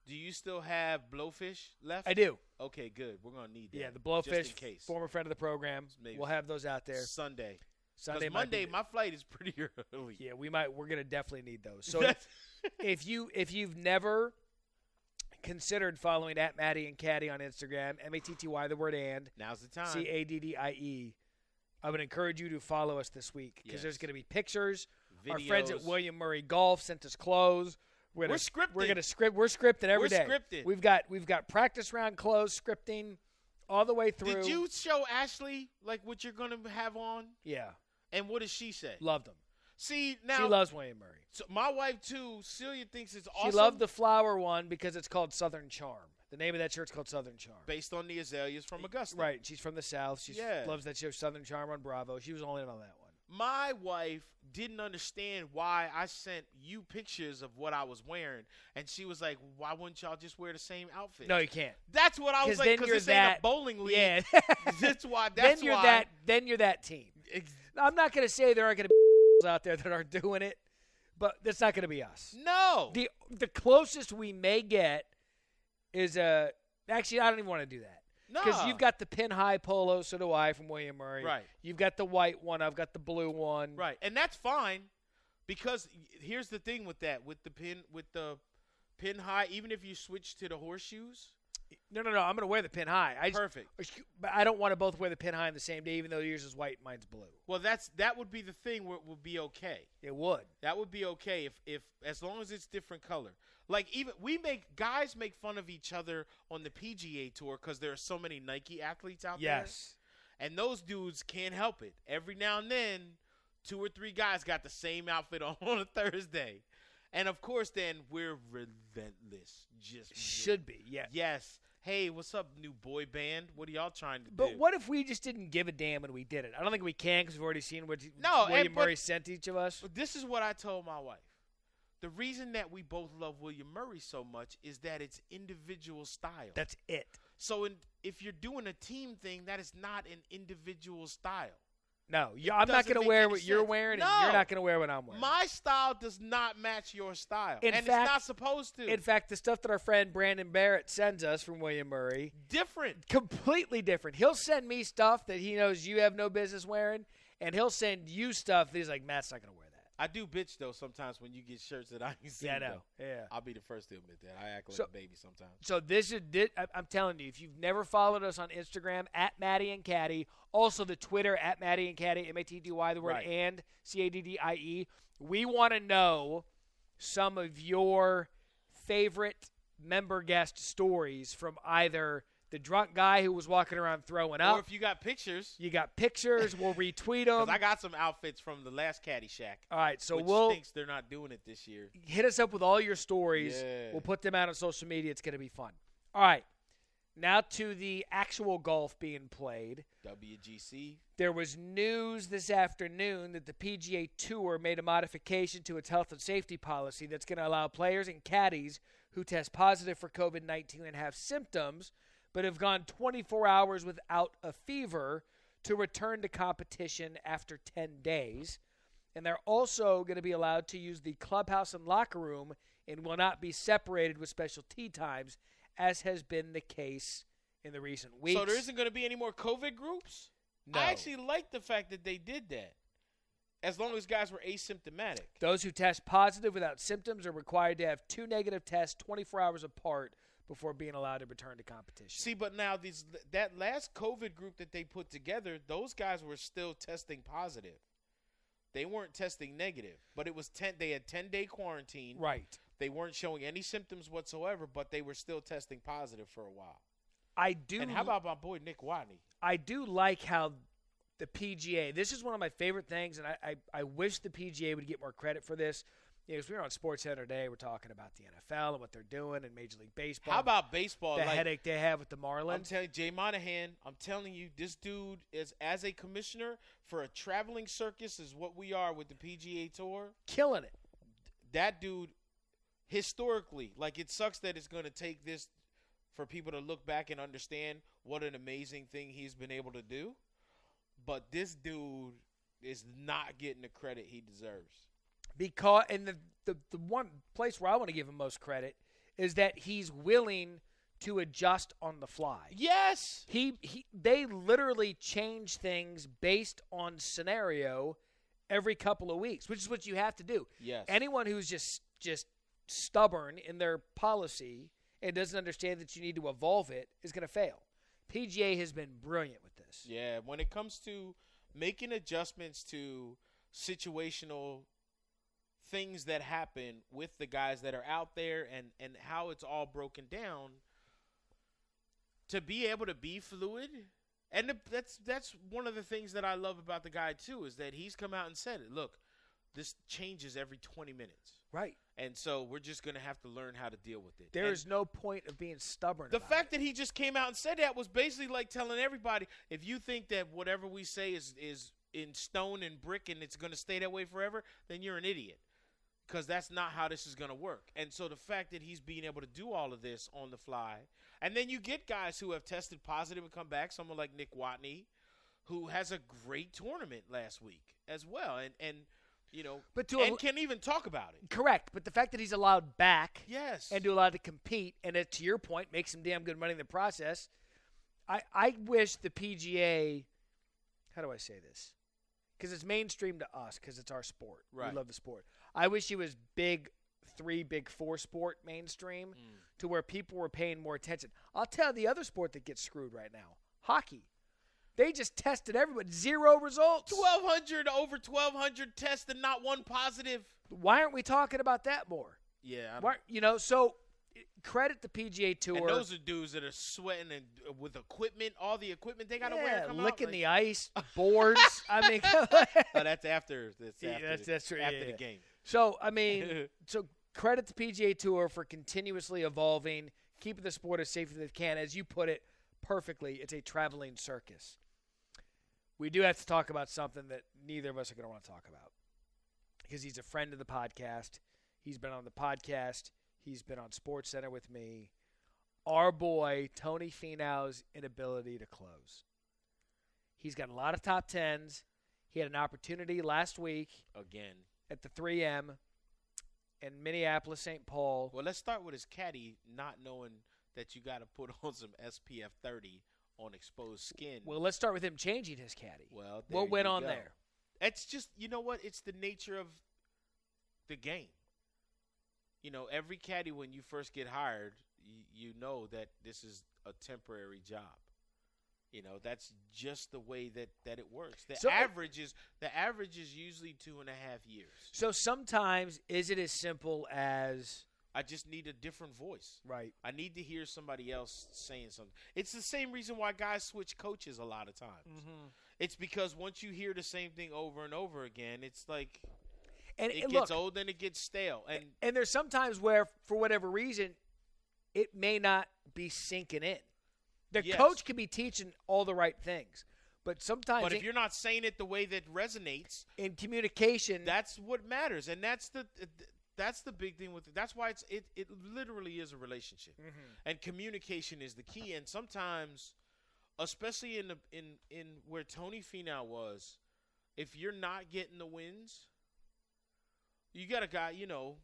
Do you still have blowfish left?
I do.
Okay, good. We're gonna need that.
Yeah, the
just
blowfish,
in case.
former friend of the program.
Maybe.
We'll have those out there.
Sunday. 'Cause
Sunday, might
Monday,
be-
my flight is pretty early.
yeah, we might. We're gonna definitely need those. So if, if you if you've never considered following at Maddie and Caddy on Instagram, M A T T Y the word and
Now's the time.
C A D D I E, I would encourage you to follow us this week because there's
Yes.
gonna be pictures. Our friends at
Videos.
William Murray Golf sent us clothes. We're, gonna,
We're scripting.
We're gonna script. We're scripting every
We're
day.
scripting.
We've got we've got practice round clothes scripting all the way through.
Did you show Ashley like what you're gonna have on?
Yeah,
And what does she say?
loved them.
See now,
she loves William Murray.
so my wife too. Celia thinks it's
She
awesome.
loved the flower one because it's called Southern Charm. The name of that shirt's called Southern Charm.
based on the azaleas from Augusta.
E, Right. She's from the South. She
Yeah.
loves that show Southern Charm on Bravo. She was all in on that one.
my wife didn't understand why I sent you pictures of what I was wearing, and she was like, "Why wouldn't y'all just wear the same outfit?"
No, you can't.
that's what I was
Because
like.
then
Because
you're
this
that
ain't a bowling league.
Yeah.
that's why. That's
then you're
why.
that. Then you're that team.
Ex-
Now, I'm not going to say there aren't going to be out there that aren't doing it, but that's not going to be us.
no.
The the closest we may get is a. Actually, I don't even want to do that. Because
Nah.
you've got the pin high polo, so do I, from William Murray.
Right.
You've got the white one. I've got the blue one.
Right, and that's fine because y- here's the thing with that with the pin with the pin high. Even if you switch to the horseshoes,
No, no, no. I'm going to wear the pin high. I just,
perfect.
But I don't want to both wear the pin high on the same day, even though yours is white and mine's blue.
Well, that's that would be the thing where it would be okay.
It would.
That would be okay if if as long as it's different color. Like even we make guys make fun of each other on the PGA tour because there are so many Nike athletes out there.
Yes.
And those dudes can't help it. Every now and then, two or three guys got the same outfit on on a Thursday. And of course, then we're relentless. Just
Should be. Yeah.
yes. Hey, what's up, new boy band? What are y'all trying to
But
do?
what if we just didn't give a damn and we did it? I don't think we can because we've already seen what
No, and-
William
but-
Murray sent each of us.
But this is what I told my wife. The reason that we both love William Murray so much is that it's individual style.
That's it.
so in, if you're doing a team thing, that is not an individual style.
No, you, I'm not going
doesn't
to
make
wear
any
what you're
sense.
wearing, and
No.
you're not going to wear what I'm wearing.
My style does not match your style,
In
and
fact-
it's not supposed to.
In fact, the stuff that our friend Brandon Barrett sends us from William Murray
different.
completely different. He'll send me stuff that he knows you have no business wearing, and he'll send you stuff that he's like, Matt's not going to wear that.
I do bitch though sometimes when you get shirts that I ain't seen.
Yeah, I
though.
know. Yeah.
I'll be the first to admit that. I act like
So-
a baby sometimes.
So this is this, I- I'm telling you, if you've never followed us on Instagram at Maddie and Caddy, also the Twitter at Maddie and Caddy, M A T D Y, the word
Right.
and C A D D I E. We want to know some of your favorite member guest stories from either the drunk guy who was walking around throwing
Or
up.
if you got pictures,
You got pictures. We'll retweet them.
'cause I got some outfits from the last Caddy Shack.
All right, Um, so
which
we'll
thinks they're not doing it this year.
hit us up with all your stories.
Yeah.
We'll put them out on social media. It's going to be fun. All right. Now to the actual golf being played.
WGC
There was news this afternoon that the PGA Tour made a modification to its health and safety policy that's going to allow players and caddies who test positive for COVID 19 and have symptoms but have gone 24 hours without a fever to return to competition after 10 days. And they're also going to be allowed to use the clubhouse and locker room and will not be separated with special tea times, as has been the case in the recent weeks.
So there isn't going to be any more COVID groups.
No.
I actually like the fact that they did that, as long as guys were asymptomatic.
Those who test positive without symptoms are required to have two negative tests 24 hours apart before being allowed to return to competition.
See, but now these that last COVID group that they put together, those guys were still testing positive. They weren't testing negative, but it was ten. They had ten day quarantine.
right.
They weren't showing any symptoms whatsoever, but they were still testing positive for a while.
I do
And how about my boy Nick Watney?
I do like how the PGA. This is one of my favorite things, and I, I, I wish the PGA would get more credit for this. Yeah, because we were on Sports Center today. We're talking about the NFL and what they're doing in Major League Baseball.
How about baseball?
the
like,
headache they have with the
I'm
Marlins?
telling you, Jay Monahan. I'm telling you, this dude is as a commissioner for a traveling circus is what we are with the PGA Tour.
Killing it.
That dude, historically, like it sucks that it's going to take this for people to look back and understand what an amazing thing he's been able to do. But this dude is not getting the credit he deserves.
because and the, the the one place where I want to give him most credit is that he's willing to adjust on the fly.
Yes.
He he they literally change things based on scenario every couple of weeks, which is what you have to do.
Yes.
Anyone who's just just stubborn in their policy and doesn't understand that you need to evolve it is going to fail. PGA has been brilliant with this.
Yeah, when it comes to making adjustments to situational things that happen with the guys that are out there and and how it's all broken down to be able to be fluid and the- that's that's one of the things that I love about the guy too is that he's come out and said it. Look, this changes every 20 minutes.
Right.
And so we're just going to have to learn how to deal with it.
There
And-
is no point of being stubborn.
the
about
fact
it.
that he just came out and said that was basically like telling everybody if you think that whatever we say is is in stone and brick and it's going to stay that way forever, then you're an idiot. Because that's not how this is going to work. And so the fact that he's being able to do all of this on the fly, and then you get guys who have tested positive and come back, someone like Nick Watney, who has a great tournament last week as well, and and you know,
But to
and
al-
can even talk about it.
Correct, but the fact that he's allowed back
Yes,
and to allowed to compete, and it, to your point, makes some damn good money in the process. I I wish the PGA, how do I say this? Because it's mainstream to us, because it's our sport.
Right.
We love the sport. I wish it was big three, big four sport mainstream
Mm.
to where people were paying more attention. I'll tell you the other sport that gets screwed right now hockey. They just tested everyone, zero results.
twelve hundred over twelve hundred tests and not one positive.
Why aren't we talking about that more?
Yeah, I
Why, you know, so credit the PGA Tour.
Um, And those are dudes that are sweating and uh, with equipment, all the equipment they gotta wear.
Yeah,
Come
licking
out,
the
like-
ice, boards. I mean,
Oh, that's after. That's
Yeah,
after.
that's-
the,
that's true,
After
yeah,
the
yeah.
game.
so I mean, so credit the PGA Tour for continuously evolving, keeping the sport as safe as they can. As you put it perfectly, it's a traveling circus. We do have to talk about something that neither of us are going to want to talk about because he's a friend of the podcast. He's been on the podcast. He's been on Sports Center with me. Our boy Tony Finau's inability to close. He's got a lot of top tens. He had an opportunity last week
Again.
at the 3M in Minneapolis, St. Paul.
Well, let's start with his caddy not knowing that you gotta put on some SPF 30 on exposed skin.
Well, let's start with him changing his caddy.
Well, there
what went
you
on
go.
there?
It's just you know what? It's the nature of the game. You know, every caddy when you first get hired, you, you know that this is a temporary job. You know, that's just the way that that it works. The
So-
average is the average is usually two and a half years.
So sometimes is it as simple as
I just need a different voice.
right?
I need to hear somebody else saying something. It's the same reason why guys switch coaches a lot of times. It's because once you hear the same thing over and over again, it's like
And
it
and
gets
look,
old and it gets stale. And
and there's sometimes where for whatever reason it may not be sinking in. The
Yes.
coach could be teaching all the right things, but sometimes
but if
in-
you're not saying it the way that resonates,
in communication,
that's what matters, and that's the that's the big thing with it. That's why it's it it literally is a relationship,
Mm-hmm.
and communication is the key. And sometimes, especially in the in in where Tony Finau was, if you're not getting the wins, you got a guy you know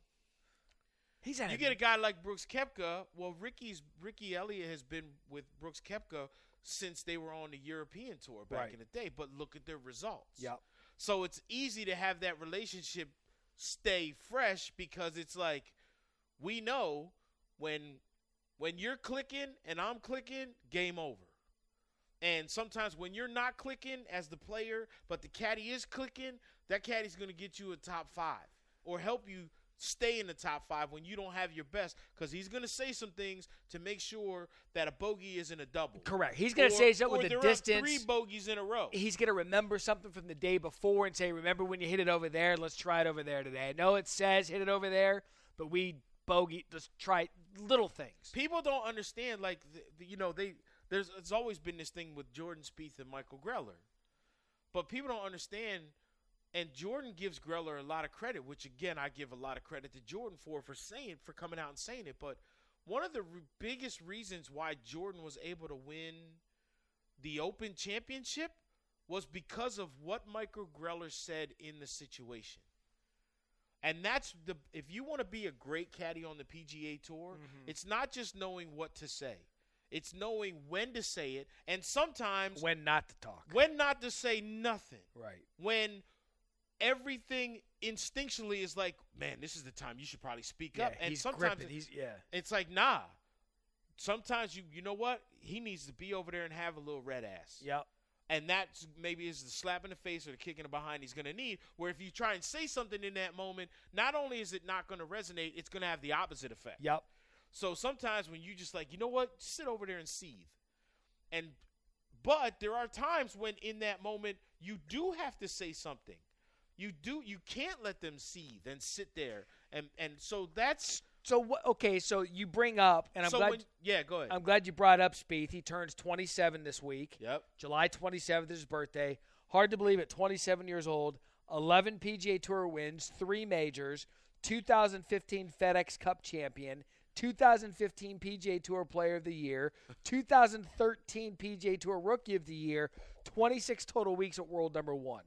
he's at
you get a guy like Brooks Kepka. Well, Ricky's Ricky Elliott has been with Brooks Kepka since they were on the European tour back
Right.
in the day. But look at their results.
Yep.
So it's easy to have that relationship stay fresh because it's like we know when when you're clicking and I'm clicking, game over. And sometimes when you're not clicking as the player, but the caddy is clicking, that caddy's going to get you a top five or help you stay in the top five when you don't have your best because he's going to say some things to make sure that a bogey isn't a double.
Correct. He's going
Or-
to say something
or
with
they're
the
up
distance.
Three bogeys in a row.
He's going to remember something from the day before and say, "Remember when you hit it over there? Let's try it over there today." I know it says hit it over there, but we bogey. Let's try little things.
People don't understand. Like th- th- you know, they there's it's always been this thing with Jordan Spieth and Michael Greller, but people don't understand. And Jordan gives Greller a lot of credit, which again I give a lot of credit to Jordan for for saying for coming out and saying it. But one of the re- biggest reasons why Jordan was able to win the Open Championship was because of what Michael Greller said in the situation. And that's the if you want to be a great caddy on the PGA Tour,
Mm-hmm.
it's not just knowing what to say. It's knowing when to say it and sometimes when,
When not to talk.
not to say nothing.
right.
When everything instinctually is like, man, this is the time you should probably speak up.
Yeah,
And
he's
sometimes
gripping. He's yeah.
it's like, nah. Sometimes you you know what? He needs to be over there and have a little red ass
Yep.
and that's maybe is the slap in the face or the kick in the behind he's going to need. Where if you try and say something in that moment, not only is it not going to resonate, it's going to have the opposite effect.
Yep.
So sometimes when you just like, you know what, sit over there and seethe, and but there are times when in that moment you do have to say something. You do. You can't let them seethe and sit there, and and so that's
So what? Okay. So you bring up, and I'm
so
glad.
when yeah, go ahead.
I'm glad you brought up Spieth. He turns 27 this week.
yep.
July 27th is his birthday. Hard to believe at 27 years old, 11 PGA Tour wins, three majors, 2015 FedEx Cup champion, 2015 PGA Tour Player of the Year, 2013 PGA Tour Rookie of the Year, 26 total weeks at world number one.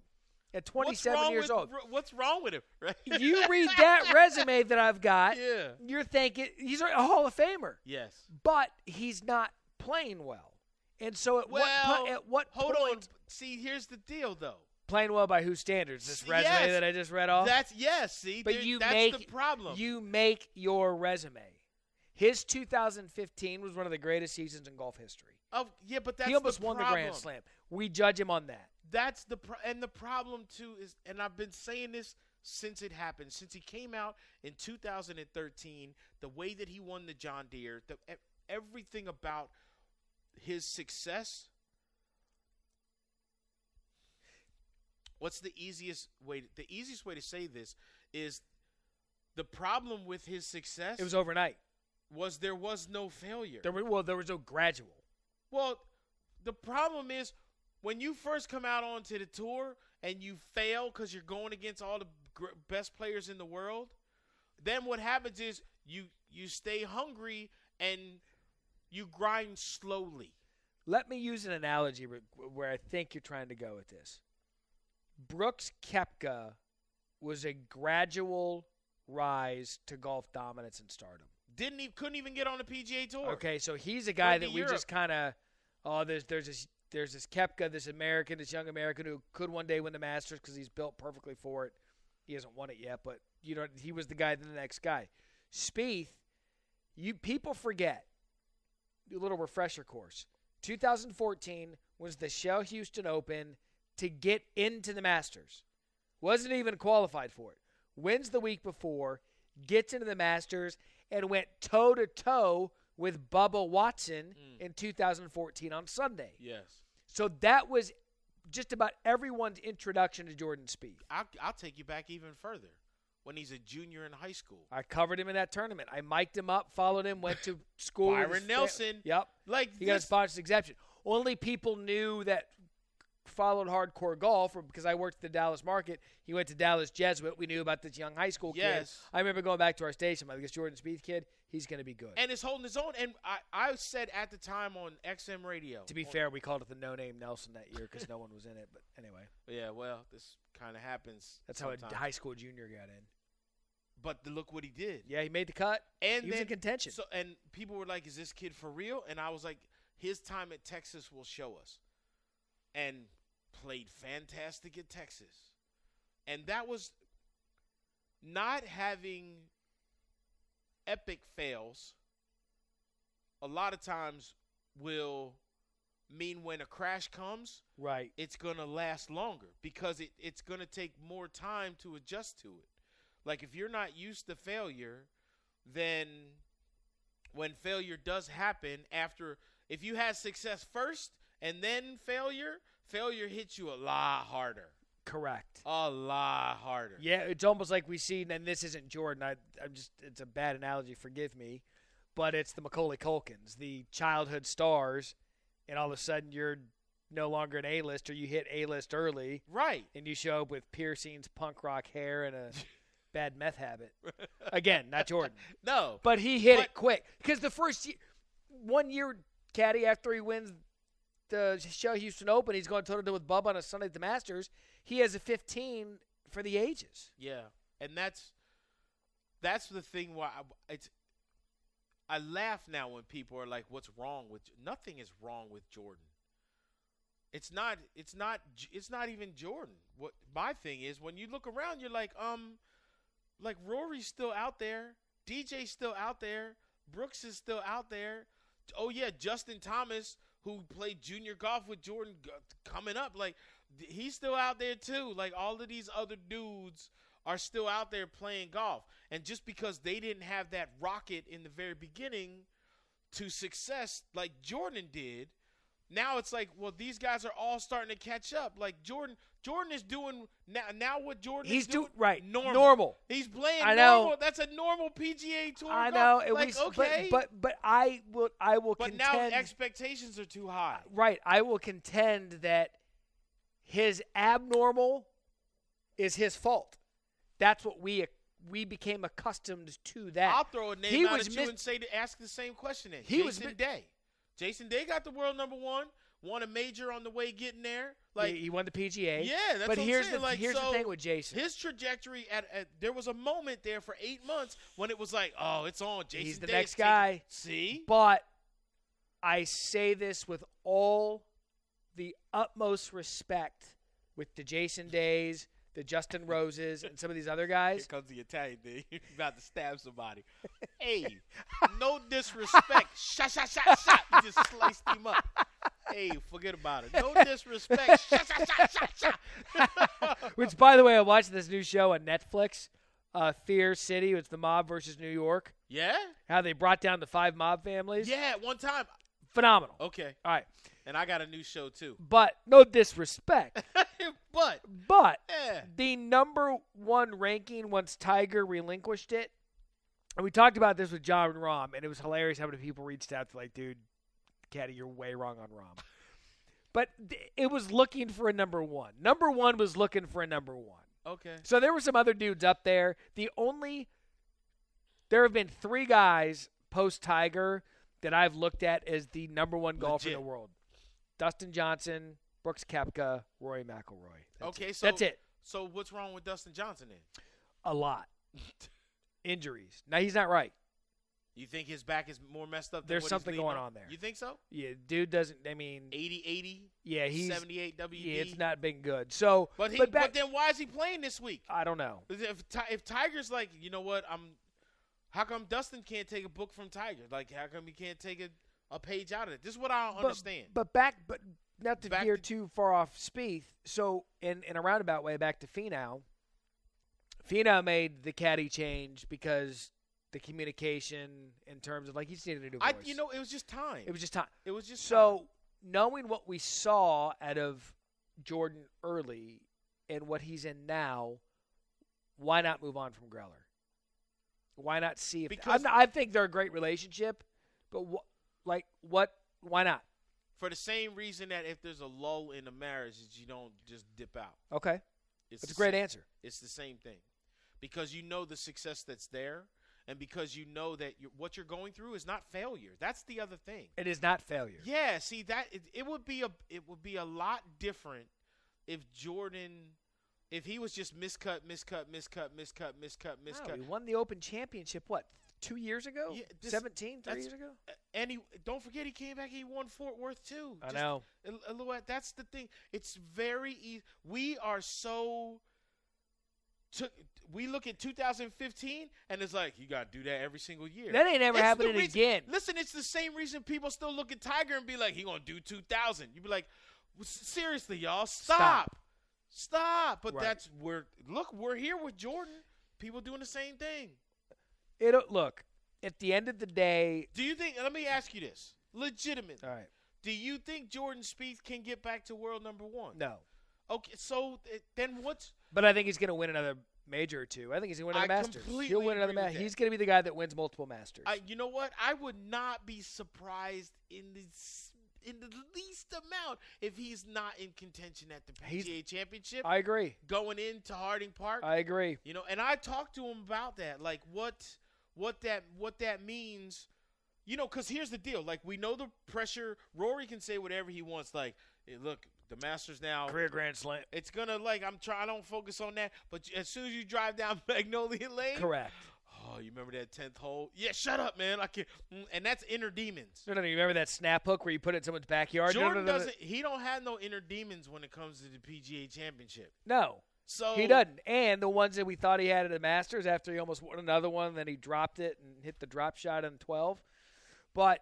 At
What's wrong
27 years
with,
old.
What's wrong with him? Right?
You read that resume that I've got,
Yeah.
you're thinking he's a Hall of Famer
yes.
but he's not playing well. And so at what
Well,
po- at what
hold
point
on. See, here's the deal, though.
playing well by whose standards? This
See,
resume
yes.
that I just read off.
That's yes. See,
but
there-
you
that's
make
the problem.
You make your resume. His 2015 was one of the greatest seasons in golf history.
oh, yeah, but that's
he almost
the
won
problem.
the Grand Slam. We judge him on that.
That's the pro- and the problem too is, and I've been saying this since it happened, since he came out in 2013, the way that he won the John Deere, the e- everything about his success. What's the easiest way? The easiest way to say this is the problem with his success
It was overnight.
was there was no failure.
There were, well, there was no gradual.
Well, the problem is when you first come out onto the tour and you fail because you're going against all the gr- best players in the world. Then what happens is you you stay hungry and you grind slowly.
Let me use an analogy wh- where I think you're trying to go with this. Brooks Kepka was a gradual rise to golf dominance and stardom.
Didn't even couldn't even get on the PGA tour.
Okay, so he's a guy
Going to
that we
Europe.
just kind of oh, there's there's this there's this Kepka, this American, this young American who could one day win the Masters because he's built perfectly for it. He hasn't won it yet, but you know he was the guy, then the next guy. Spieth, you people forget. A little refresher course. 2014 was the Shell Houston Open to get into the Masters. Wasn't even qualified for it. Wins the week before, gets into the Masters, and went toe to toe with Bubba Watson in 2014 on Sunday.
Yes.
So that was just about everyone's introduction to Jordan Spieth.
I'll, I'll take you back even further when he's a junior in high school.
I covered him in that tournament. I mic'd him up, followed him, went to school. with his
Byron
fa-
Nelson.
Yep.
Like
He got a
this-
sponsor's exemption. Only people knew that followed hardcore golf or because I worked at the Dallas market. He went to Dallas Jesuit. We knew about this young high school
Yes.
kid. I remember going back to our station. I'm Like this Jordan Spieth kid, he's going to be good.
And is holding his own. And I, I said at the time on XM radio.
to be
on-
fair, we called it the No Name Nelson that year because no one was in it. But anyway,
Yeah, well, this kind of happens.
that's how
sometimes.
a high school junior got in.
But the- look what he did.
Yeah, he made the cut.
and
he
then,
was in contention.
So and people were like, "Is this kid for real?" And I was like, "His time at Texas will show us." And played fantastic at Texas, and that was not having epic fails. A lot of times will mean when a crash comes,
right.
it's gonna last longer because it, it's gonna take more time to adjust to it. Like if you're not used to failure, then when failure does happen after if you had success first and then failure, failure hits you a lot harder.
Correct.
A lot harder.
Yeah, it's almost like we see, and this isn't Jordan. I, I'm just, it's a bad analogy. Forgive me, but it's the Macaulay Culkins, the childhood stars, and all of a sudden you're no longer an A-list, or you hit A-list early,
Right.
and you show up with piercings, punk rock hair, and a bad meth habit. Again, not Jordan,
No.
but he hit it
But-
quick because the first year, one year, caddy after he wins the Shell Houston Open, he's going toe to toe with Bubba on a Sunday at the Masters. He has a 15 for the ages.
Yeah, and that's that's the thing why I, it's. I laugh now when people are like, "What's wrong with?" J-" Nothing is wrong with Jordan. It's not. It's not. J- It's not even Jordan. What my thing is when you look around, you're like, um, like Rory's still out there, DJ's still out there, Brooks is still out there. Oh yeah, Justin Thomas, who played junior golf with Jordan, g- coming up, like th- he's still out there too. Like all of these other dudes are still out there playing golf, and just because they didn't have that rocket in the very beginning to success like Jordan did, now it's like, well, these guys are all starting to catch up. Like Jordan, Jordan is doing now. Now what Jordan
He's
is doing
do- right,
normal.
normal.
He's playing
I know.
normal. That's a normal PGA tour.
I know.
golf.
It
like
was,
okay,
but, but but I will I will
But now
contend
expectations are too high.
right. I will contend that his abnormal is his fault. That's what we we became accustomed to. That
I'll throw a name
he
out
was
at you
miss-
and say to ask the same question. Then.
He
Jason
was mi-
Day. Jason Day got the world number one. Won a major on the way getting there. Like
he, he won the PGA.
yeah, that's
but
what
here's
I'm saying.
the
like,
here's
so
the thing with Jason.
His trajectory at, at there was a moment there for eight months when it was like, oh, it's on. Jason
the
Day
next
is taking-
guy.
See,
But I say this with all the utmost respect with the Jason Days, the Justin Roses, and some of these other guys.
comes the Italian thing. You're about to stab somebody. hey, no disrespect. shot, shot, shot, shot. You just sliced him up. Hey, forget about it. No disrespect. shot, shot, shot, shot, shot.
Which, by the way, I watched this new show on Netflix, uh, Fear City. It's the mob versus New York.
yeah?
How they brought down the five mob families.
Yeah, Oh. at one time.
Phenomenal.
Okay.
All right.
And I got a new show, too.
But no disrespect.
but,
but
yeah.
the number one ranking once Tiger relinquished it. And we talked about this with John Rom, and it was hilarious how many people reached out to like, dude, Caddy, you're way wrong on Rom. But th- it was looking for a number one. Number one was looking for a number one.
Okay.
So there were some other dudes up there. The only there have been three guys post Tiger that I've looked at as the number one golfer in the
Legit.
world: Dustin Johnson, Brooks Koepka, Rory McIlroy. That's
okay,
it.
so.
that's it.
So what's wrong with Dustin Johnson then?
A lot injuries. Now he's not right.
You think his back is more messed up than
There's
what he's
something
leading
going on there.
You think so?
Yeah, dude doesn't. I mean,
80 80?
yeah, he's
78 WD?
yeah, it's not been good. So,
But, he,
back,
but then why is he playing this week?
I don't know.
If Ti- if Tiger's like, you know what, I'm. How come Dustin can't take a book from Tiger? Like, how come he can't take a, a page out of it? This is what I don't
But-
understand.
But back, but not to
Back
veer
to-
too far off Spieth. So in in a roundabout way, back to Finau. Finau made the caddy change because the communication in terms of like he just needed a new voice.
I, you know, it was just time.
it was just time.
It was just
so
time.
knowing what we saw out of Jordan early and what he's in now, why not move on from Greller? Why not see if
Because-
I'm not- I think they're a great relationship, but wh- like what? Why not?
for the same reason that if there's a lull in a marriage, is you don't just dip out.
Okay.
It's
That's a
the
great
same-
answer.
It's the same thing, because you know the success that's there, and because you know that you what you're going through is not failure. That's the other thing.
It is not failure.
Yeah, see that it, it would be a it would be a lot different if Jordan if he was just miscut, miscut, miscut, miscut, miscut,
Wow,
miscut.
he won the Open Championship what two years ago?
Yeah, this-
17, three
that's-
years ago.
and he don't forget he came back he won Fort Worth too.
I know.
A, a little, that's the thing. It's very easy. We are so took we look at 2015 and it's like you got to do that every single year.
That ain't ever
It's the
happening
reason-
again.
Listen, it's the same reason people still look at Tiger and be like, he gonna do two thousand. You be like, "Well, s- seriously, y'all, stop,
Stop.
stop. But
Right.
that's we're look, we're here with Jordan. People doing the same thing.
It'll look at the end of the day.
Do you think? Let me ask you this, legitimately.
All right.
Do you think Jordan Spieth can get back to world number one?
No,
Okay, so th- then what's
but I think he's going to win another major or two. I think he's going to win
I
another Masters.
completely
He'll win another
agree with
Masters.
that.
He's going to be the guy that wins multiple Masters.
I, you know what? I would not be surprised in the s- in the least amount if he's not in contention at the
He's-
PGA Championship
I agree.
going into Harding Park.
I agree.
you know, and I talked to him about that, like what what that what that means. You know, because here's the deal: like we know the pressure. Rory can say whatever he wants. Like, "Hey, look, the Masters now.
Grand Slam.
It's gonna like I'm trying. I don't focus on that. But as soon as you drive down Magnolia Lane,
Correct.
Oh, you remember that tenth hole? Yeah, shut up, man. I can't. mm, And that's inner demons.
No, no, no. You remember that snap hook where you put it in someone's backyard? No,
Jordan
no, no, no,
doesn't. He don't have no inner demons when it comes to the PGA Championship.
No.
So
He doesn't. And the ones that we thought he had at the Masters after he almost won another one, then he dropped it and hit the drop shot on 12. But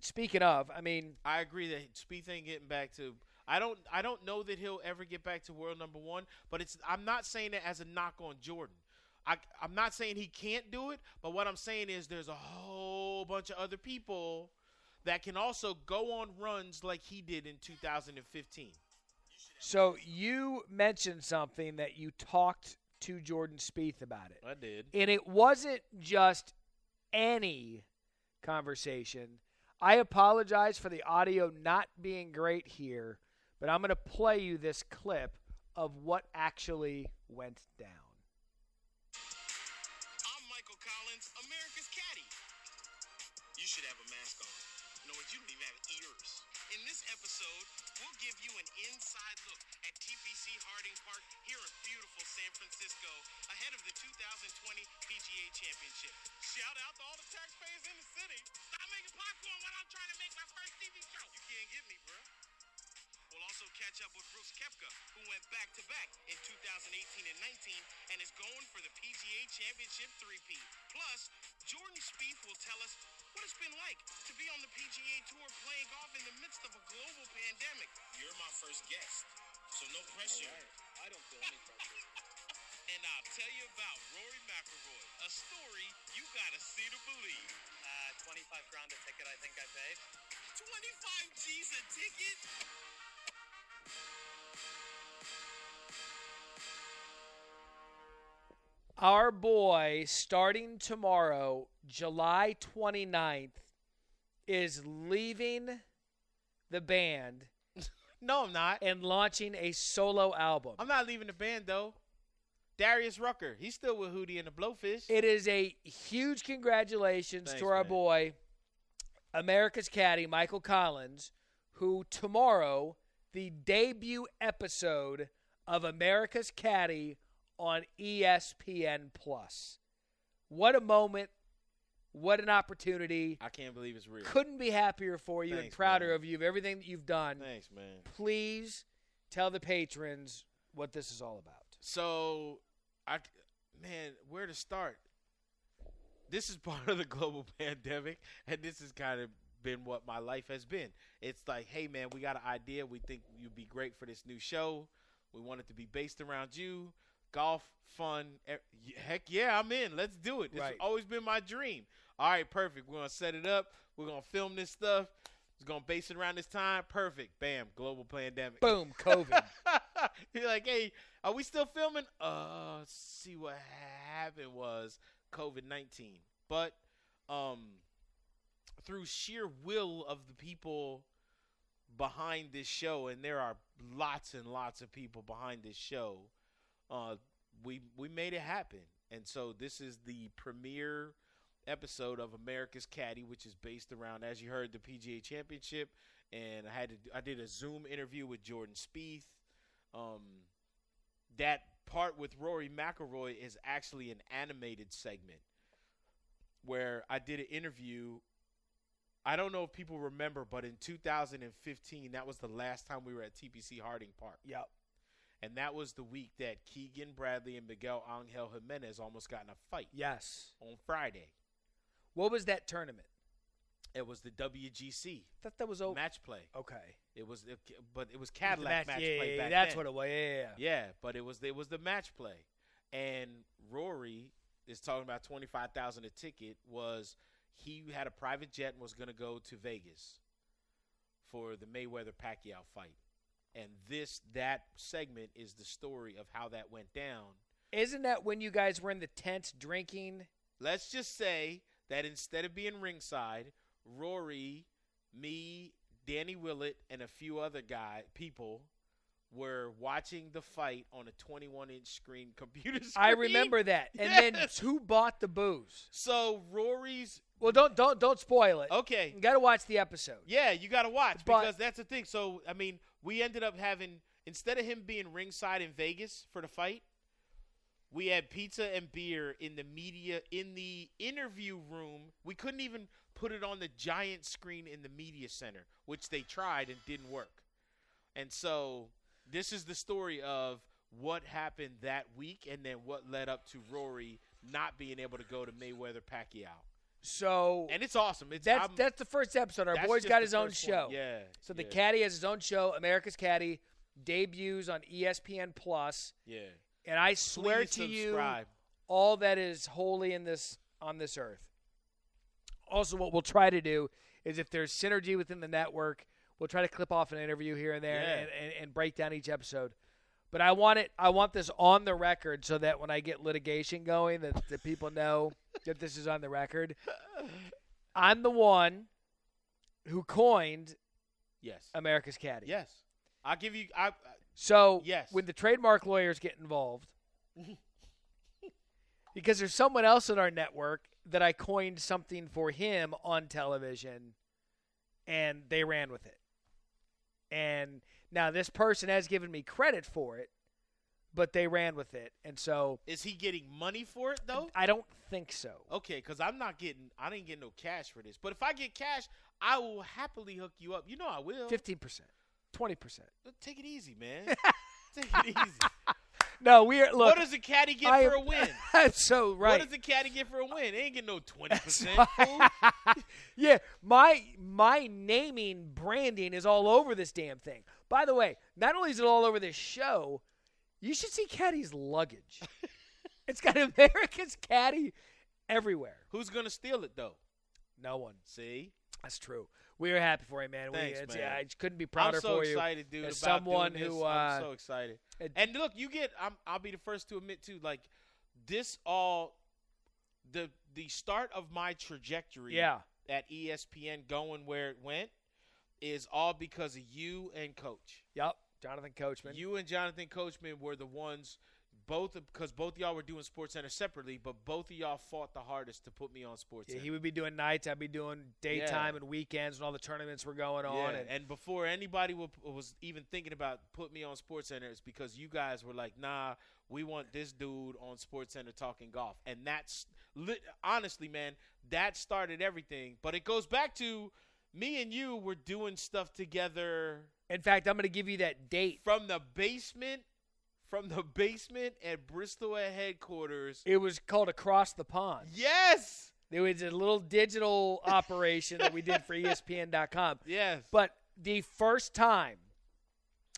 speaking of, I mean,
I agree that Spieth ain't getting back to. I don't. I don't know that he'll ever get back to world number one. But it's. I'm not saying that as a knock on Jordan. I, I'm not saying he can't do it. But what I'm saying is there's a whole bunch of other people that can also go on runs like he did in 2015.
so you mentioned something that you talked to Jordan Spieth about it.
I did.
And it wasn't just any conversation. I apologize for the audio not being great here, but I'm going to play you this clip of what actually went down.
I'm Michael Collins, America's caddy. You should have a mask on. No, you don't even have ears. In this episode, we'll give you an inside look at TPC Harding Park here in beautiful San Francisco ahead of the 2020 PGA Championship. Shout out to all the taxpayers in the city. Stop making popcorn while I'm trying to make my first TV show. You can't get me, bro. We'll also catch up with Brooks Kepka, who went back to back in 2018 and 19 and is going for the PGA Championship 3P. Plus, Jordan Spieth will tell us what it's been like to be on the PGA Tour playing golf in the midst of a global pandemic. You're my first guest, so no pressure. I don't feel any pressure. and I'll tell you about Rory McIlroy, a story you gotta see to believe. Uh, 25 grand a ticket, I think I paid. 25 G's a ticket?
Our boy, starting tomorrow, July 29th, is leaving the band
No, I'm not.
and launching a solo album.
I'm not leaving the band though. Darius Rucker, he's still with Hootie and the Blowfish.
It is a huge congratulations
Thanks,
to our
man.
boy, America's caddy, Michael Collins, who tomorrow, the debut episode of America's Caddy on E ESPN Plus. What a moment. What an opportunity.
I can't believe it's real.
Couldn't be happier for you and
Thanks,
prouder
man.
of you of everything that you've done.
Thanks, man.
Please tell the patrons what this is all about.
So, I man, where to start? This is part of the global pandemic, and this has kind of been what my life has been. It's like, hey, man, we got an idea. We think you'd be great for this new show. We want it to be based around you. Golf, fun. e- Heck yeah, I'm in. Let's do it. This
Right.
has always been my dream. All right, perfect. We're going to set it up. We're going to film this stuff. It's going to base it around this time. Perfect. Bam. Global pandemic.
Boom, COVID.
You're like, hey, are we still filming? Uh, see what happened was COVID nineteen, but um, through sheer will of the people behind this show, and there are lots and lots of people behind this show, uh, we we made it happen, and so this is the premiere episode of America's Caddy, which is based around, as you heard, the PGA Championship, and I had to I did a Zoom interview with Jordan Spieth. Um, that part with Rory McIlroy is actually an animated segment where I did an interview. I don't know if people remember, but in 2015, that was the last time we were at TPC Harding Park.
yep.
And that was the week that Keegan Bradley and Miguel Angel Jimenez almost got in a fight
Yes.
on Friday.
What was that tournament?
It was the WGC
I thought that was over.
match play.
Okay.
It was, but it was Cadillac match,
yeah,
play.
yeah,
back
that's
then.
what it was. Yeah, yeah, yeah.
Yeah, but it was it was the match play, and Rory is talking about twenty five thousand a ticket was he had a private jet and was going to go to Vegas for the Mayweather Pacquiao fight, and this that segment is the story of how that went down.
Isn't that when you guys were in the tent drinking?
Let's just say that instead of being ringside, Rory, me, Danny Willett, and a few other guy people were watching the fight on a 21 inch screen computer screen.
I remember that. And
Yes.
then who bought the booze?
So Rory's
Well, don't don't don't spoil it.
okay.
You got to watch the episode.
Yeah, you got to watch
But-
because that's the thing. So I mean, we ended up having instead of him being ringside in Vegas for the fight, we had pizza and beer in the media in the interview room. We couldn't even put it on the giant screen in the media center, which they tried and didn't work. And so this is the story of what happened that week and then what led up to Rory not being able to go to Mayweather Pacquiao.
So
And it's awesome. It's
that's
I'm-
that's the first episode. Our
that's
boy's
just
got
the
his own
first one.
show.
Yeah.
So the
yeah,
caddy has his own show, America's Caddy, debuts on E ESPN Plus,
Yeah.
and I swear
Please
to
subscribe.
you, all that is holy in this on this earth. Also, what we'll try to do is if there's synergy within the network, we'll try to clip off an interview here and there
Yeah.
and, and, and break down each episode. But I want it. I want this on the record so that when I get litigation going, that the people know that this is on the record. I'm the one who coined
Yes.
America's Caddy.
yes. I'll give you. I, uh, I-
So
Yes.
when the trademark lawyers get involved, because there's someone else in our network that I coined something for him on television, and they ran with it. And now this person has given me credit for it, but they ran with it, and so
is he getting money for it though?
I don't think so.
Okay, because I'm not getting. I didn't get no cash for this. But if I get cash, I will happily hook you up. You know I will.
Fifteen percent, twenty percent.
Take it easy, man. Take it easy.
No, we are look.
what does a caddy get
I
for
am-
a win?
I'm so right.
What does a caddy get for a win? They ain't getting no twenty percent.
yeah, my my naming branding is all over this damn thing. By the way, not only is it all over this show, you should see Caddy's luggage. it's got America's Caddy everywhere.
Who's gonna steal it though?
No one.
See,
That's true. We are happy for you, man. We-
Thanks,
it's-
man.
I couldn't be prouder
I'm so
for you.
excited, dude.
as
about
someone
doing
who,
this. I'm
uh,
so excited.
it-
and look, you get. I'm, I'll be the first to admit too. Like this, all the the start of my trajectory.
Yeah.
At E ESPN, going where it went, is all because of you and Coach.
Yep, Jonathan Coachman.
You and Jonathan Coachman were the ones, both because both of y'all were doing Sports Center separately, but both of y'all fought the hardest to put me on Sports
Yeah,
Center.
he would be doing nights. I'd be doing daytime and weekends when all the tournaments were going on.
Yeah,
and,
and before anybody wa- was even thinking about put me on Sports Center, it's because you guys were like, "Nah, we want this dude on Sports Center talking golf," and that's lit- honestly, man, that started everything. But it goes back to me and you were doing stuff together
in fact, I'm going to give you that date.
from the basement, from the basement at Bristol at headquarters.
It was called Across the Pond.
Yes,
There was a little digital operation that we did for E ESPN.com.
yes,
But the first time,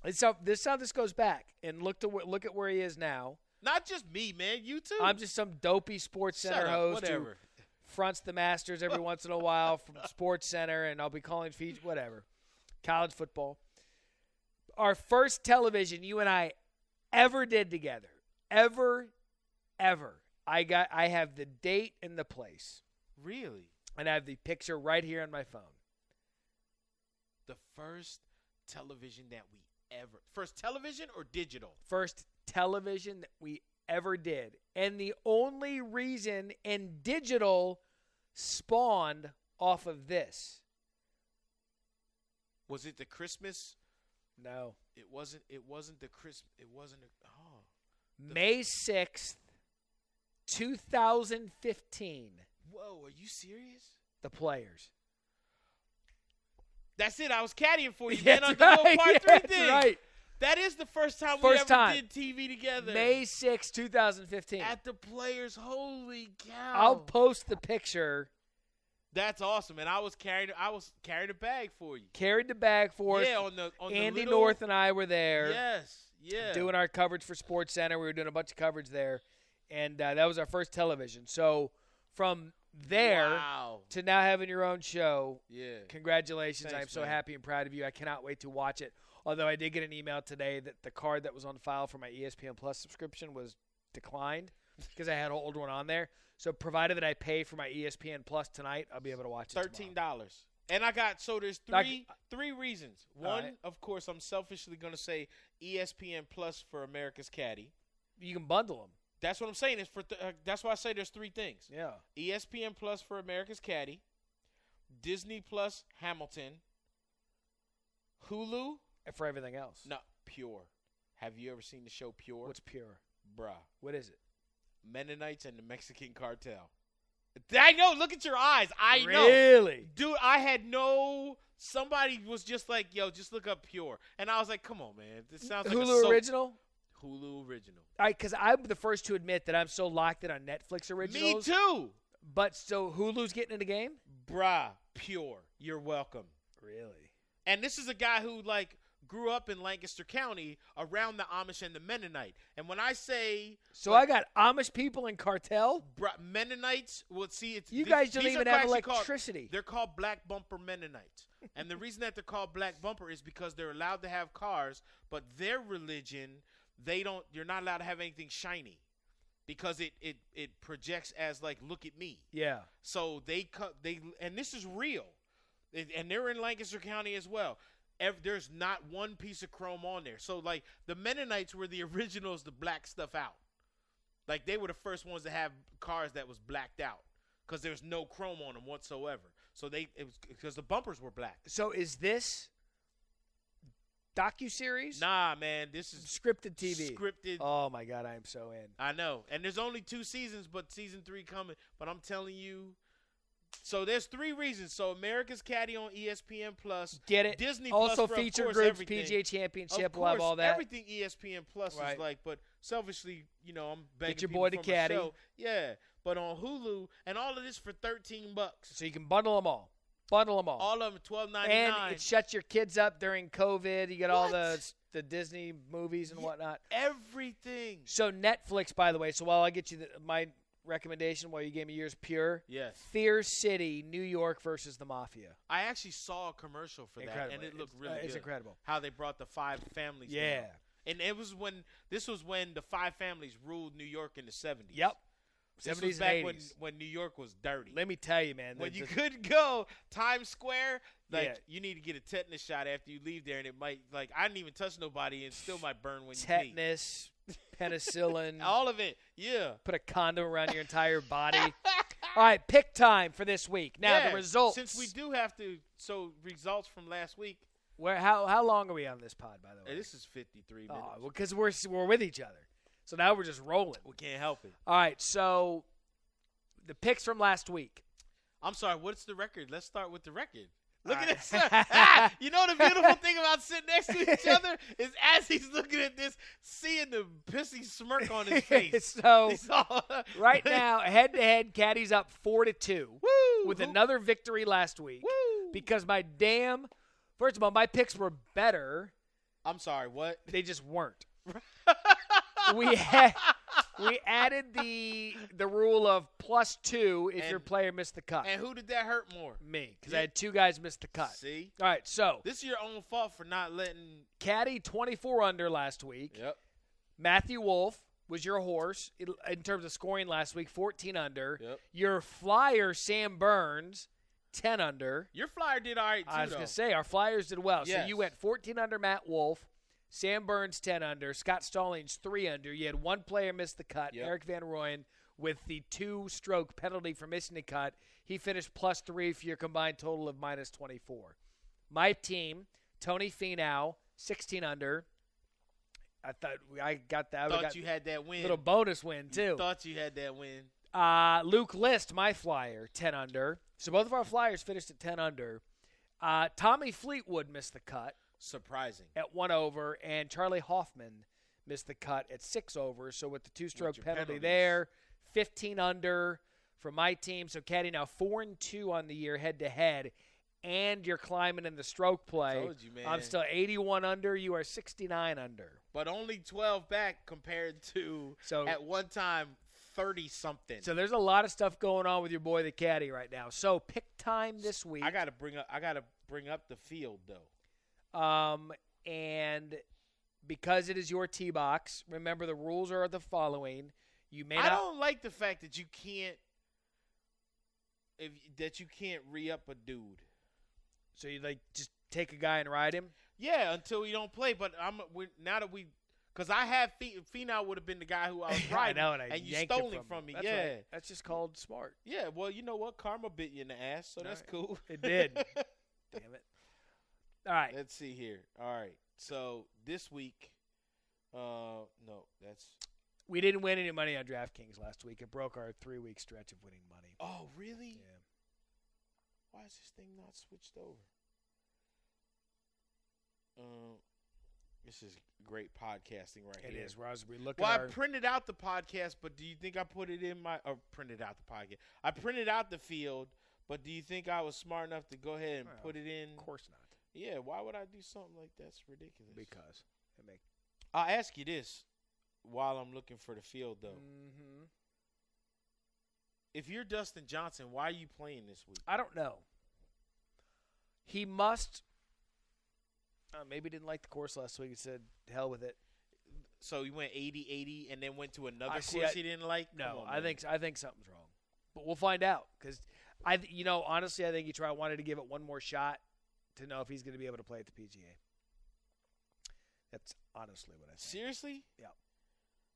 and so this is how this goes back. And look to wh- look at where he is now.
not just me, man. You too.
I'm just some dopey Sports
Shut
Center
up,
host
whatever.
who fronts the Masters every once in a while from Sports Center, and I'll be calling feeds, whatever, college football. Our first television you and I ever did together, ever, ever. I got I have the date and the place.
Really,
and I have the picture right here on my phone.
the first television that we ever first television or digital
First television that we ever did. And the only reason and digital spawned off of this.
was it the christmas
No.
it wasn't it wasn't the christmas it wasn't a, oh
May 6th, 2015.
whoa are you serious
The players.
that's it i was caddying for you man on
That's
the whole
right,
part
that's
three thing
right.
that is the first time we
First
ever
time.
did tv together
May 6th, 2015.
at the players holy cow
I'll post the picture.
that's awesome and i was carrying i was carrying a bag for you
Carried the bag for us.
yeah on the on
Andy
the little,
North and I were there.
yes yeah
doing our coverage for Sports Center. We were doing a bunch of coverage there, and uh, that was our first television. So from there
Wow.
to now having your own show,
Yeah.
congratulations! I am
Thanks,
so
man.
happy and proud of you. I cannot wait to watch it. Although I did get an email today that the card that was on file for my E ESPN Plus subscription was declined because I had an old one on there. So provided that I pay for my E ESPN Plus tonight, I'll be able to watch it. tomorrow.
Thirteen dollars. And I got so there's
I-
three three reasons.
All
One,
right.
of course, I'm selfishly gonna say E ESPN Plus for America's Caddy.
You can bundle them.
That's what I'm saying. Is for th- uh, that's why I say there's three things. E
Yeah.
ESPN Plus for America's Caddy, Disney Plus Hamilton, Hulu.
And for everything else.
No, Pure. Have you ever seen the show Pure?
What's pure?
bruh?
What is it?
Mennonites and the Mexican Cartel. I know. Look at your eyes. I know.
really?
Dude, I had no. Somebody was just like, "Yo, just look up Pure," and I was like, "Come on, man, this sounds like a
Hulu
soap-
original?
Hulu original.
I because I'm the first to admit that I'm so locked in on Netflix
Me
originals.
too,
But so Hulu's getting in the game.
bruh. Pure. You're welcome.
Really?
And this is a guy who like grew up in Lancaster County around the Amish and the Mennonite. And when I say
So I got Amish people in cartel.
bruh, Mennonites, well, see, it's
You
these-
guys don't
these are
even have
actually called-
electricity.
They're called black bumper Mennonites. and the reason that they're called black bumper is because they're allowed to have cars, but their religion, they don't you're not allowed to have anything shiny because it it it projects as like look at me.
yeah.
So they cut they and this is real. And- And they're in Lancaster County as well. Ev- There's not one piece of chrome on there. So like the Mennonites were the originals to black stuff out. Like they were the first ones to have cars that was blacked out because there's no chrome on them whatsoever. So they it was because the bumpers were black.
So is this docu series?
Nah, man, this is
scripted TV.
Scripted.
Oh my god, I am so in.
I know. And there's only two seasons, but season three coming. But I'm telling you. So there's three reasons. So America's Caddy on E ESPN Plus.
Get it?
Disney
also
Plus for, of
feature
course,
groups,
everything.
PGA
Of
Championship, we'll have
course,
all that.
Everything E ESPN Plus
Right.
is like, but selfishly, you know, I'm begging
your
people
boy the
for my
caddy.
show. Yeah, but on Hulu and all of this for thirteen bucks.
So you can bundle them all. Bundle them all.
All of them twelve ninety
and
nine.
it shuts your kids up during COVID. You get all the
What?
the Disney movies and
Yeah.
whatnot.
everything.
So Netflix, by the way. So while I get you the, my recommendation, while you gave me yours, pure.
Yes.
Fear City, New York versus the Mafia.
I actually saw a commercial for that, and
Incredible.
it
It's-
looked
uh,
really
it's
good.
incredible.
how they brought the five families. down.
Yeah.
and it was when this was when the five families ruled New York in the seventies.
Yep.
This
Seventies
was back
and
when
eighties.
when New York was dirty.
Let me tell you, man.
when
the-
you
the-
could go Times Square, like
Yeah.
you need to get a tetanus shot after you leave there, and it might like I didn't even touch nobody, and still might burn when you pee.
tetanus, penicillin.
All of it, yeah.
put a condom around your entire body. all right, pick time for this week. Now
Yeah,
the results.
Since we do have to, so results from last week.
where how how long are we on this pod? By the way,
Hey, this is fifty three minutes.
Oh, well, because we're we're with each other, so now we're just rolling.
we can't help it.
All right, so the picks from last week.
I'm sorry. What's the record? Let's start with the record. Look
All
at
right.
this. Ah, you know the beautiful thing about sitting next to each other is as he's looking at this, seeing the pissy smirk on his face.
So,
He's all-
Right now, head to head, Caddy's up four to two
Woo!
with
Who-
another victory last week
Woo!
because my damn. First of all, my picks were better.
I'm sorry. What?
They just weren't. we had we added the the rule of plus two if your
And-
player missed the cut.
And who did that hurt more?
Me, because I
Yeah.
had two guys miss the cut.
See,
All right, so
this is your own fault for not letting.
Caddy twenty four under last week.
Yep.
Matthew Wolf was your horse in in terms of scoring last week, 14 under.
Yep.
Your flyer, Sam Burns, 10 under.
Your flyer did all right too.
I was going
though.
to say, our Flyers did well. So
Yes.
you went 14 under Matt Wolf, Sam Burns, 10 under, Scott Stallings, 3 under. You had one player miss the cut,
Yep.
Eric Van Rooyen, with the two stroke penalty for missing the cut. He finished plus 3 for your combined total of minus 24. My team, Tony Finau, 16 under. I thought I got that. I would've
Thought
got,
you had that win.
little bonus win
You
too.
Thought you had that win.
Uh, Luke List, my flyer, ten under. So both of our flyers finished at ten under. Uh, Tommy Fleetwood missed the cut
Surprising.
at one over, and Charlie Hoffman missed the cut at six over. So with the two-stroke
With your
penalty
penalties.
there, fifteen under for my team. So Caddy now four and two on the year head to head, and you're climbing in the stroke play.
Told you, man.
I'm still eighty-one under. You are sixty-nine under.
but only 12 back compared to
So-
at one time thirty something.
So there's a lot of stuff going on with your boy the caddy right now. So pick time this week.
I gotta bring up. I gotta bring up the field though.
Um, and because it is your tee box, remember the rules are the following: you may
I
not.
don't like the fact that you can't. If that you can't re up a dude.
So you like just take a guy and ride him.
Yeah, until we don't play. But I'm we now that we, because I have Fe- Finau would have been the guy who I was
I
riding,
know, and, I
and you
yanked him
stole him
from
from me.
That's
yeah,
right. that's just called smart.
yeah. Well, you know what? Karma bit you in the ass, so
All
that's
right.
cool.
It did. Damn it! All right,
Let's see here. All right. So this week, uh, no, that's
we didn't win any money on DraftKings last week. It broke our three-week stretch of winning money.
oh really?
Yeah.
Why is this thing not switched over? Um, this is great podcasting right
It
here.
is. We're, we look
Well,
at
I
our,
printed out the podcast, but do you think I put it in my or printed out the podcast? I printed out the field, but do you think I was smart enough to go ahead and
Well,
put it in?
of course not,
Yeah, why would I do something like that's ridiculous?
because it make.
I'll ask you this while I'm looking for the field though.
hmm
If you're Dustin Johnson, why are you playing this week?
I don't know. He must. Uh, maybe didn't like the course last week. He said, "Hell with it."
So he went 80-80 and then went to another
I
course
see, I-
he didn't like?
No,
Come on,
I
man.
think I think something's wrong, but we'll find out. Because I, th- you know, honestly, I think he tried wanted to give it one more shot to know if he's going to be able to play at the PGA. That's honestly what I think.
Seriously?
Yeah.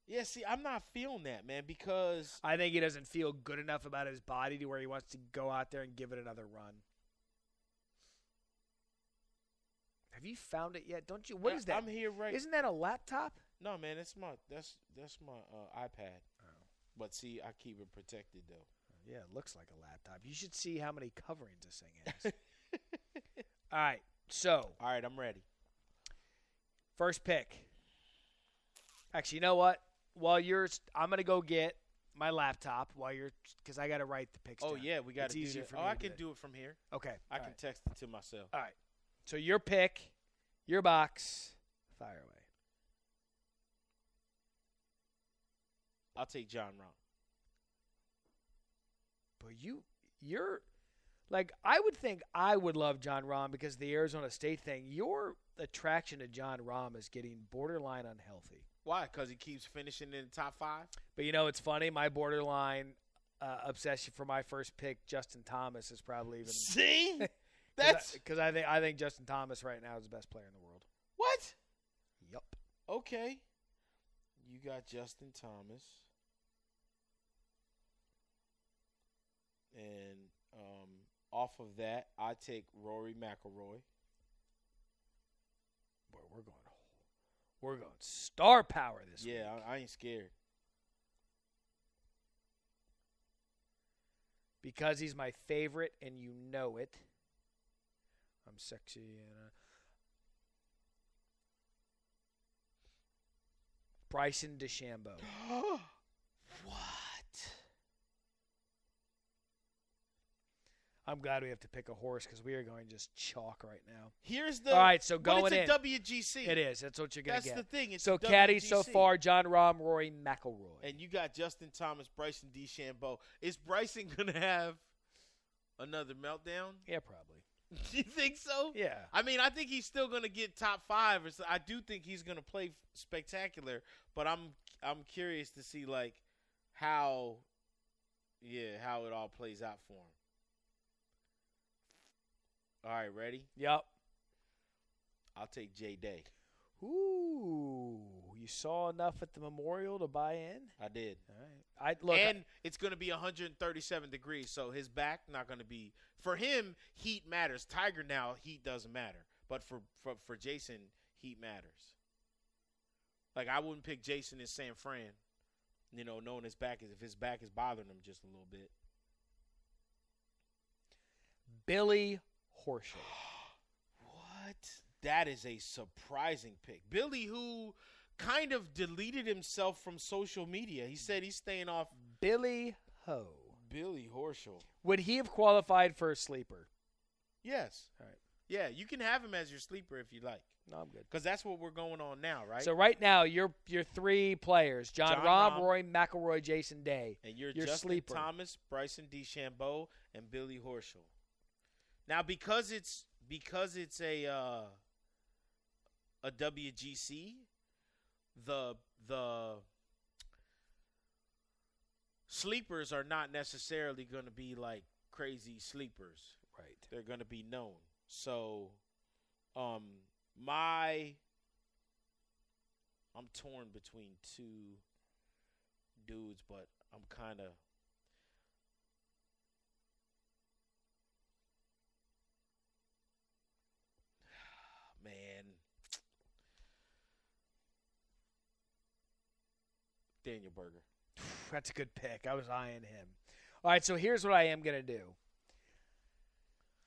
Yeah, see, I'm not feeling that, man, because
I think he doesn't feel good enough about his body to where he wants to go out there and give it another run. Have you found it yet? Don't you? What
Yeah,
is that?
I'm here right
Isn't that a laptop?
No, man, that's my that's that's my uh, iPad.
Oh.
But see, I keep it protected though.
Yeah, it looks like a laptop. You should see how many coverings this thing has. All right, so
All right, I'm ready.
first pick. Actually, you know what? While you're, st- I'm gonna go get my laptop. While you're, because I gotta write the picks.
Oh
down.
yeah, we got
It's
to do
easier
that.
for
oh,
me
I
to
can
it.
do it from here.
Okay,
I
all
can
right.
text it to myself.
All right. So your pick, your box, fire away.
I'll take John Rom.
But you, you're, like, I would think I would love John Rahm because the Arizona State thing. Your attraction to John Rahm is getting borderline unhealthy.
Why? Because he keeps finishing in the top five.
But you know, it's funny. My borderline uh, obsession for my first pick, Justin Thomas, is probably even
See, that's
because I, think I think Justin Thomas right now is the best player in the world.
what.
Yep.
Okay, you got Justin Thomas, and um, off of that, I take Rory McIlroy.
Boy, we're going. We're going star power this week.
Yeah, I, I ain't scared.
because he's my favorite, and you know it. I'm sexy and. Uh, Bryson DeChambeau.
what?
I'm glad we have to pick a horse because we are going just chalk right now.
Here's the.
All right, so
but
going in.
it's a WGC.
It is. That's what you're gonna
That's
get.
the thing. It's
so
a
caddy so
WGC.
far: John Rahm, Rory McIlroy.
And you got Justin Thomas, Bryson DeChambeau. Is Bryson gonna have another meltdown?
yeah, probably.
you think so?
Yeah.
I mean, I think he's still gonna get top five. Or so. I do think he's gonna play f- spectacular, but I'm I'm curious to see like how, yeah, how it all plays out for him. All right, ready?
Yep.
I'll take J Day.
Ooh, you saw enough at the memorial to buy in.
I did.
All right. I look.
and it's going to be 137 degrees, so his back not going to be for him. Heat matters. Tiger now heat doesn't matter, but for for, for Jason heat matters. Like I wouldn't pick Jason in San Fran, you know, knowing his back is if his back is bothering him just a little bit.
Billy Horschel.
What? That is a surprising pick, Billy, who kind of deleted himself from social media. He said he's staying off.
Billy Ho.
Billy Horschel.
Would he have qualified for a sleeper?
Yes.
All right.
Yeah, you can have him as your sleeper if you like.
No, I'm good.
Because that's what we're going on now, right?
So right now, your your three players: John,
John
Robb,
Robb.
Roy McElroy, Jason Day.
and you're,
your
Justin
sleeper.
Thomas, Bryson DeChambeau, and Billy Horschel. Now, because it's because it's a uh, a WGC, the the sleepers are not necessarily going to be like crazy sleepers.
Right.
They're going to be known. So, um, my I'm torn between two dudes, but I'm kind of man. Daniel Berger.
That's a good pick. I was eyeing him. All right, so here's what I am going to do.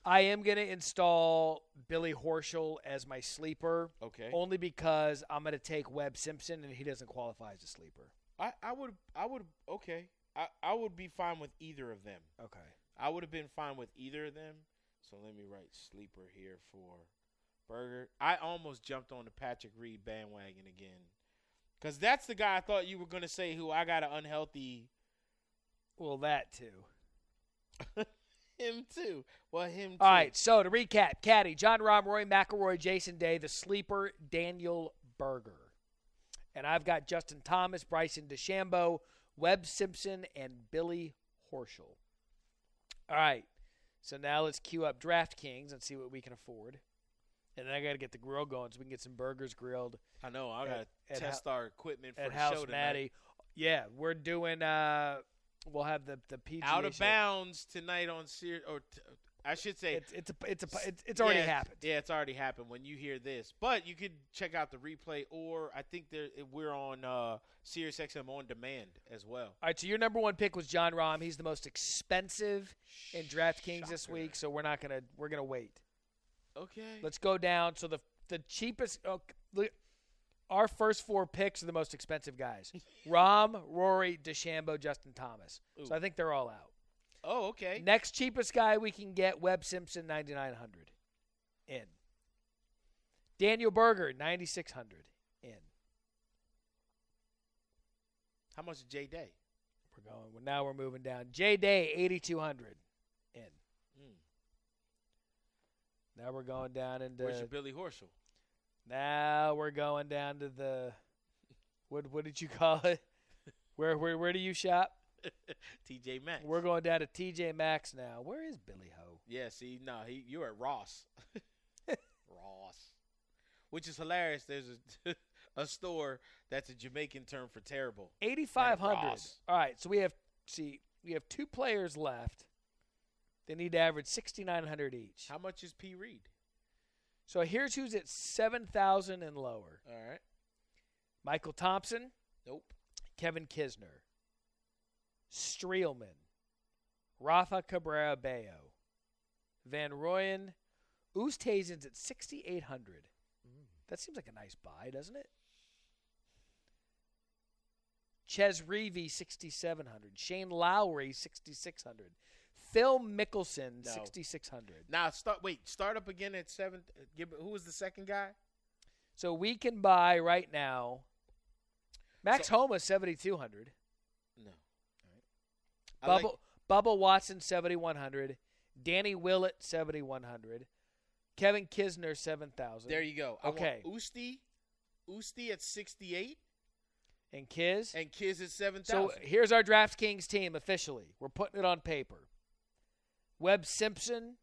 I am going to install Billy Horschel as my sleeper
Okay.
only because I'm going to take Webb Simpson and he doesn't qualify as a sleeper.
I, I would I would okay. I, I would be fine with either of them.
Okay.
I would have been fine with either of them. So let me write sleeper here for Burger. I almost jumped on the Patrick Reed bandwagon again. Cause that's the guy I thought you were gonna say who I got an unhealthy
Well, that too.
him too. Well him too.
All right, so to recap, Caddy, John Rahm, Roy McElroy, Jason Day, the sleeper, Daniel Berger. And I've got Justin Thomas, Bryson DeChambeau, Webb Simpson, and Billy Horschel. All right, so now let's queue up DraftKings and see what we can afford. And then I got to get the grill going so we can get some burgers grilled
I know, I gotta
At- at
test our equipment for
at
the show
House
tonight.
Maddie. Yeah, we're doing. uh We'll have the the PGA
Out of
show.
bounds tonight on Sear or t- I should say
It's it's a, it's a, it's, it's already
Yeah,
happened.
Yeah, it's already happened when you hear this. But you could check out the replay, or I think there we're on uh, SiriusXM on demand as well.
All right, so your number one pick was John Rahm. He's the most expensive in DraftKings this
Shocker.
week, so we're not gonna we're gonna wait.
Okay.
Let's go down. So the the cheapest. Oh, look, our first four picks are the most expensive guys: Rahm, Rory, DeChambeau, Justin Thomas. So I think they're all out.
oh, okay.
Next cheapest guy we can get: Webb Simpson, ninety nine hundred, in. Daniel Berger, ninety six hundred, in.
How much is J Day?
We're going. Well, now we're moving down. J Day, eighty two hundred, in.
Hmm.
Now we're going down into.
Where's your Billy Horschel?
Now we're going down to the what what did you call it? Where where where do you shop?
T.J. Maxx.
We're going down to TJ Maxx now. Where is Billy Ho?
Yeah. See, no, he you're at Ross. Ross, which is hilarious. There's a a store that's a Jamaican term for terrible.
Eighty five hundred.
Ross.
All right, so we have see we have two players left. They need to average sixty nine hundred each.
How much is P. Reed?
So here's who's at seven thousand and lower:
All right.
Michael Thompson,
Nope.
Kevin Kisner, Streelman, Rafa Cabrera Bayo, Van Royen, Oosthuizen's at 6,800. That seems like a nice buy, doesn't it? Ches Reavy, 6,700. Shane Lowry, 6,600. Phil Mickelson,
No.
6,600.
Now start. Wait. Start up again at seven. Give, who was the second guy?
So we can buy right now Max
So-
Homa, 7,200.
No. I like-
Bubba, Bubba Watson, 7,100. Danny Willett, 7,100. Kevin Kisner, 7,000.
there you go.
Okay.
I want Usti, Usti at 68
And Kiz?
and Kiz at
so
7,000.
here's our DraftKings team officially. We're putting it on paper. Webb Simpson,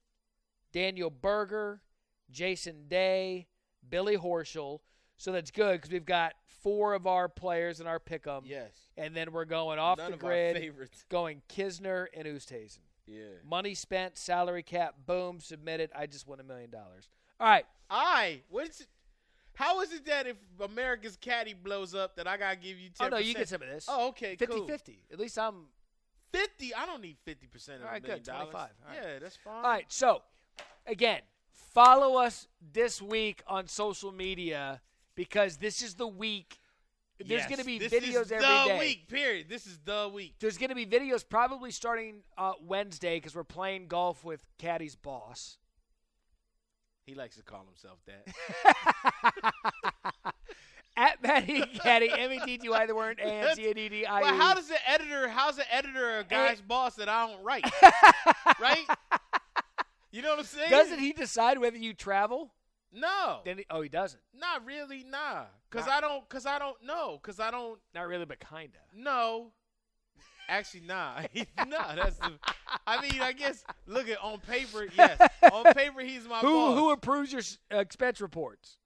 Daniel Berger, Jason Day, Billy Horschel. So that's good because we've got four of our players in our pick'em.
yes.
And then we're going off
None
the
of our
grid,
favorites.
going Kisner and Oosthuizen.
Yeah.
Money spent, salary cap, boom, submitted. I just won a million dollars. All right.
I, what's it? How is it that if America's caddy blows up that I gotta give you 10%?
Oh, no, you get some of this.
Oh, okay,
50
cool.
50. At least I'm.
50? I don't need 50% of
All right,
a million
good,
dollars.
25. All right.
Yeah, that's fine.
All right. So, again, follow us this week on social media because this is the week. There's
Yes,
going to be
this
videos
is
every
the
day.
week, period. This is the week.
There's going to be videos probably starting uh, Wednesday because we're playing golf with Caddy's boss.
He likes to call himself that.
At Matty and Caddy, E M-E-T-T-Y, the word, and C-A-D-D-I-E.
Well, how does the editor? How's the editor
Eh.
a guy's boss that I don't write? right? You know what I'm saying?
Doesn't he decide whether you travel?
No,
Then he, oh, he doesn't.
not really. Nah, cause I don't. Cause I don't know. Cause I don't
Not really, but kind of.
know. Actually, nah, nah. That's. The, I mean, I guess. Look at on paper. Yes, on paper he's my
Who
boss.
who approves your s- uh, expense reports?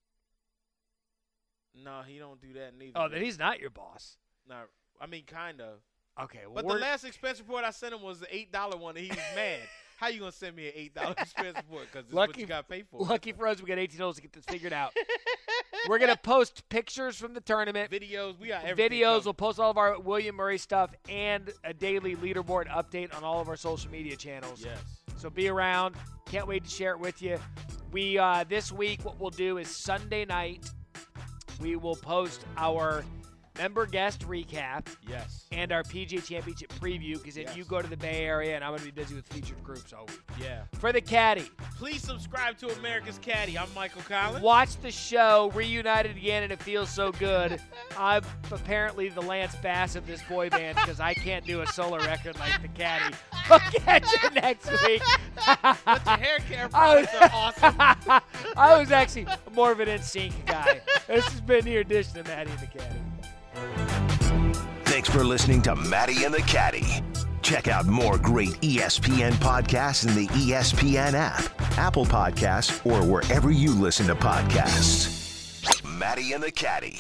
No, he don't do that neither.
Oh, then he's not your boss.
Not. I mean, kind of.
Okay, well,
But
we're-
the last expense report I sent him was the eight dollar one, and he was mad. How you gonna send me an eight dollar expense report? Because what
Lucky-
you got paid for.
lucky for us, we got 18 holes to get this figured out. we're gonna post pictures from the tournament.
videos. We got everything.
videos.
covered.
We'll post all of our William Murray stuff and a daily leaderboard update on all of our social media channels.
Yes.
So be around. Can't wait to share it with you. We uh, this week what we'll do is Sunday night we will post our member guest recap
Yes.
and our PGA Championship preview because if
Yes.
you go to the Bay Area and I'm going to be busy with featured groups all week.
Yeah.
For the caddy,
Please subscribe to America's Caddy. I'm Michael Collins.
watch the show reunited again and it feels so good. I'm apparently the Lance Bass of this boy band because I can't do a solo record like the caddy. We'll catch you next week.
But your hair care products are awesome.
I was actually more of an NSYNC guy. This has been your edition of Maddie and the Caddy.
Thanks for listening to Maddie and the Caddy. Check out more great E ESPN podcasts in the E ESPN app, Apple Podcasts, or wherever you listen to podcasts. Maddie and the Caddy.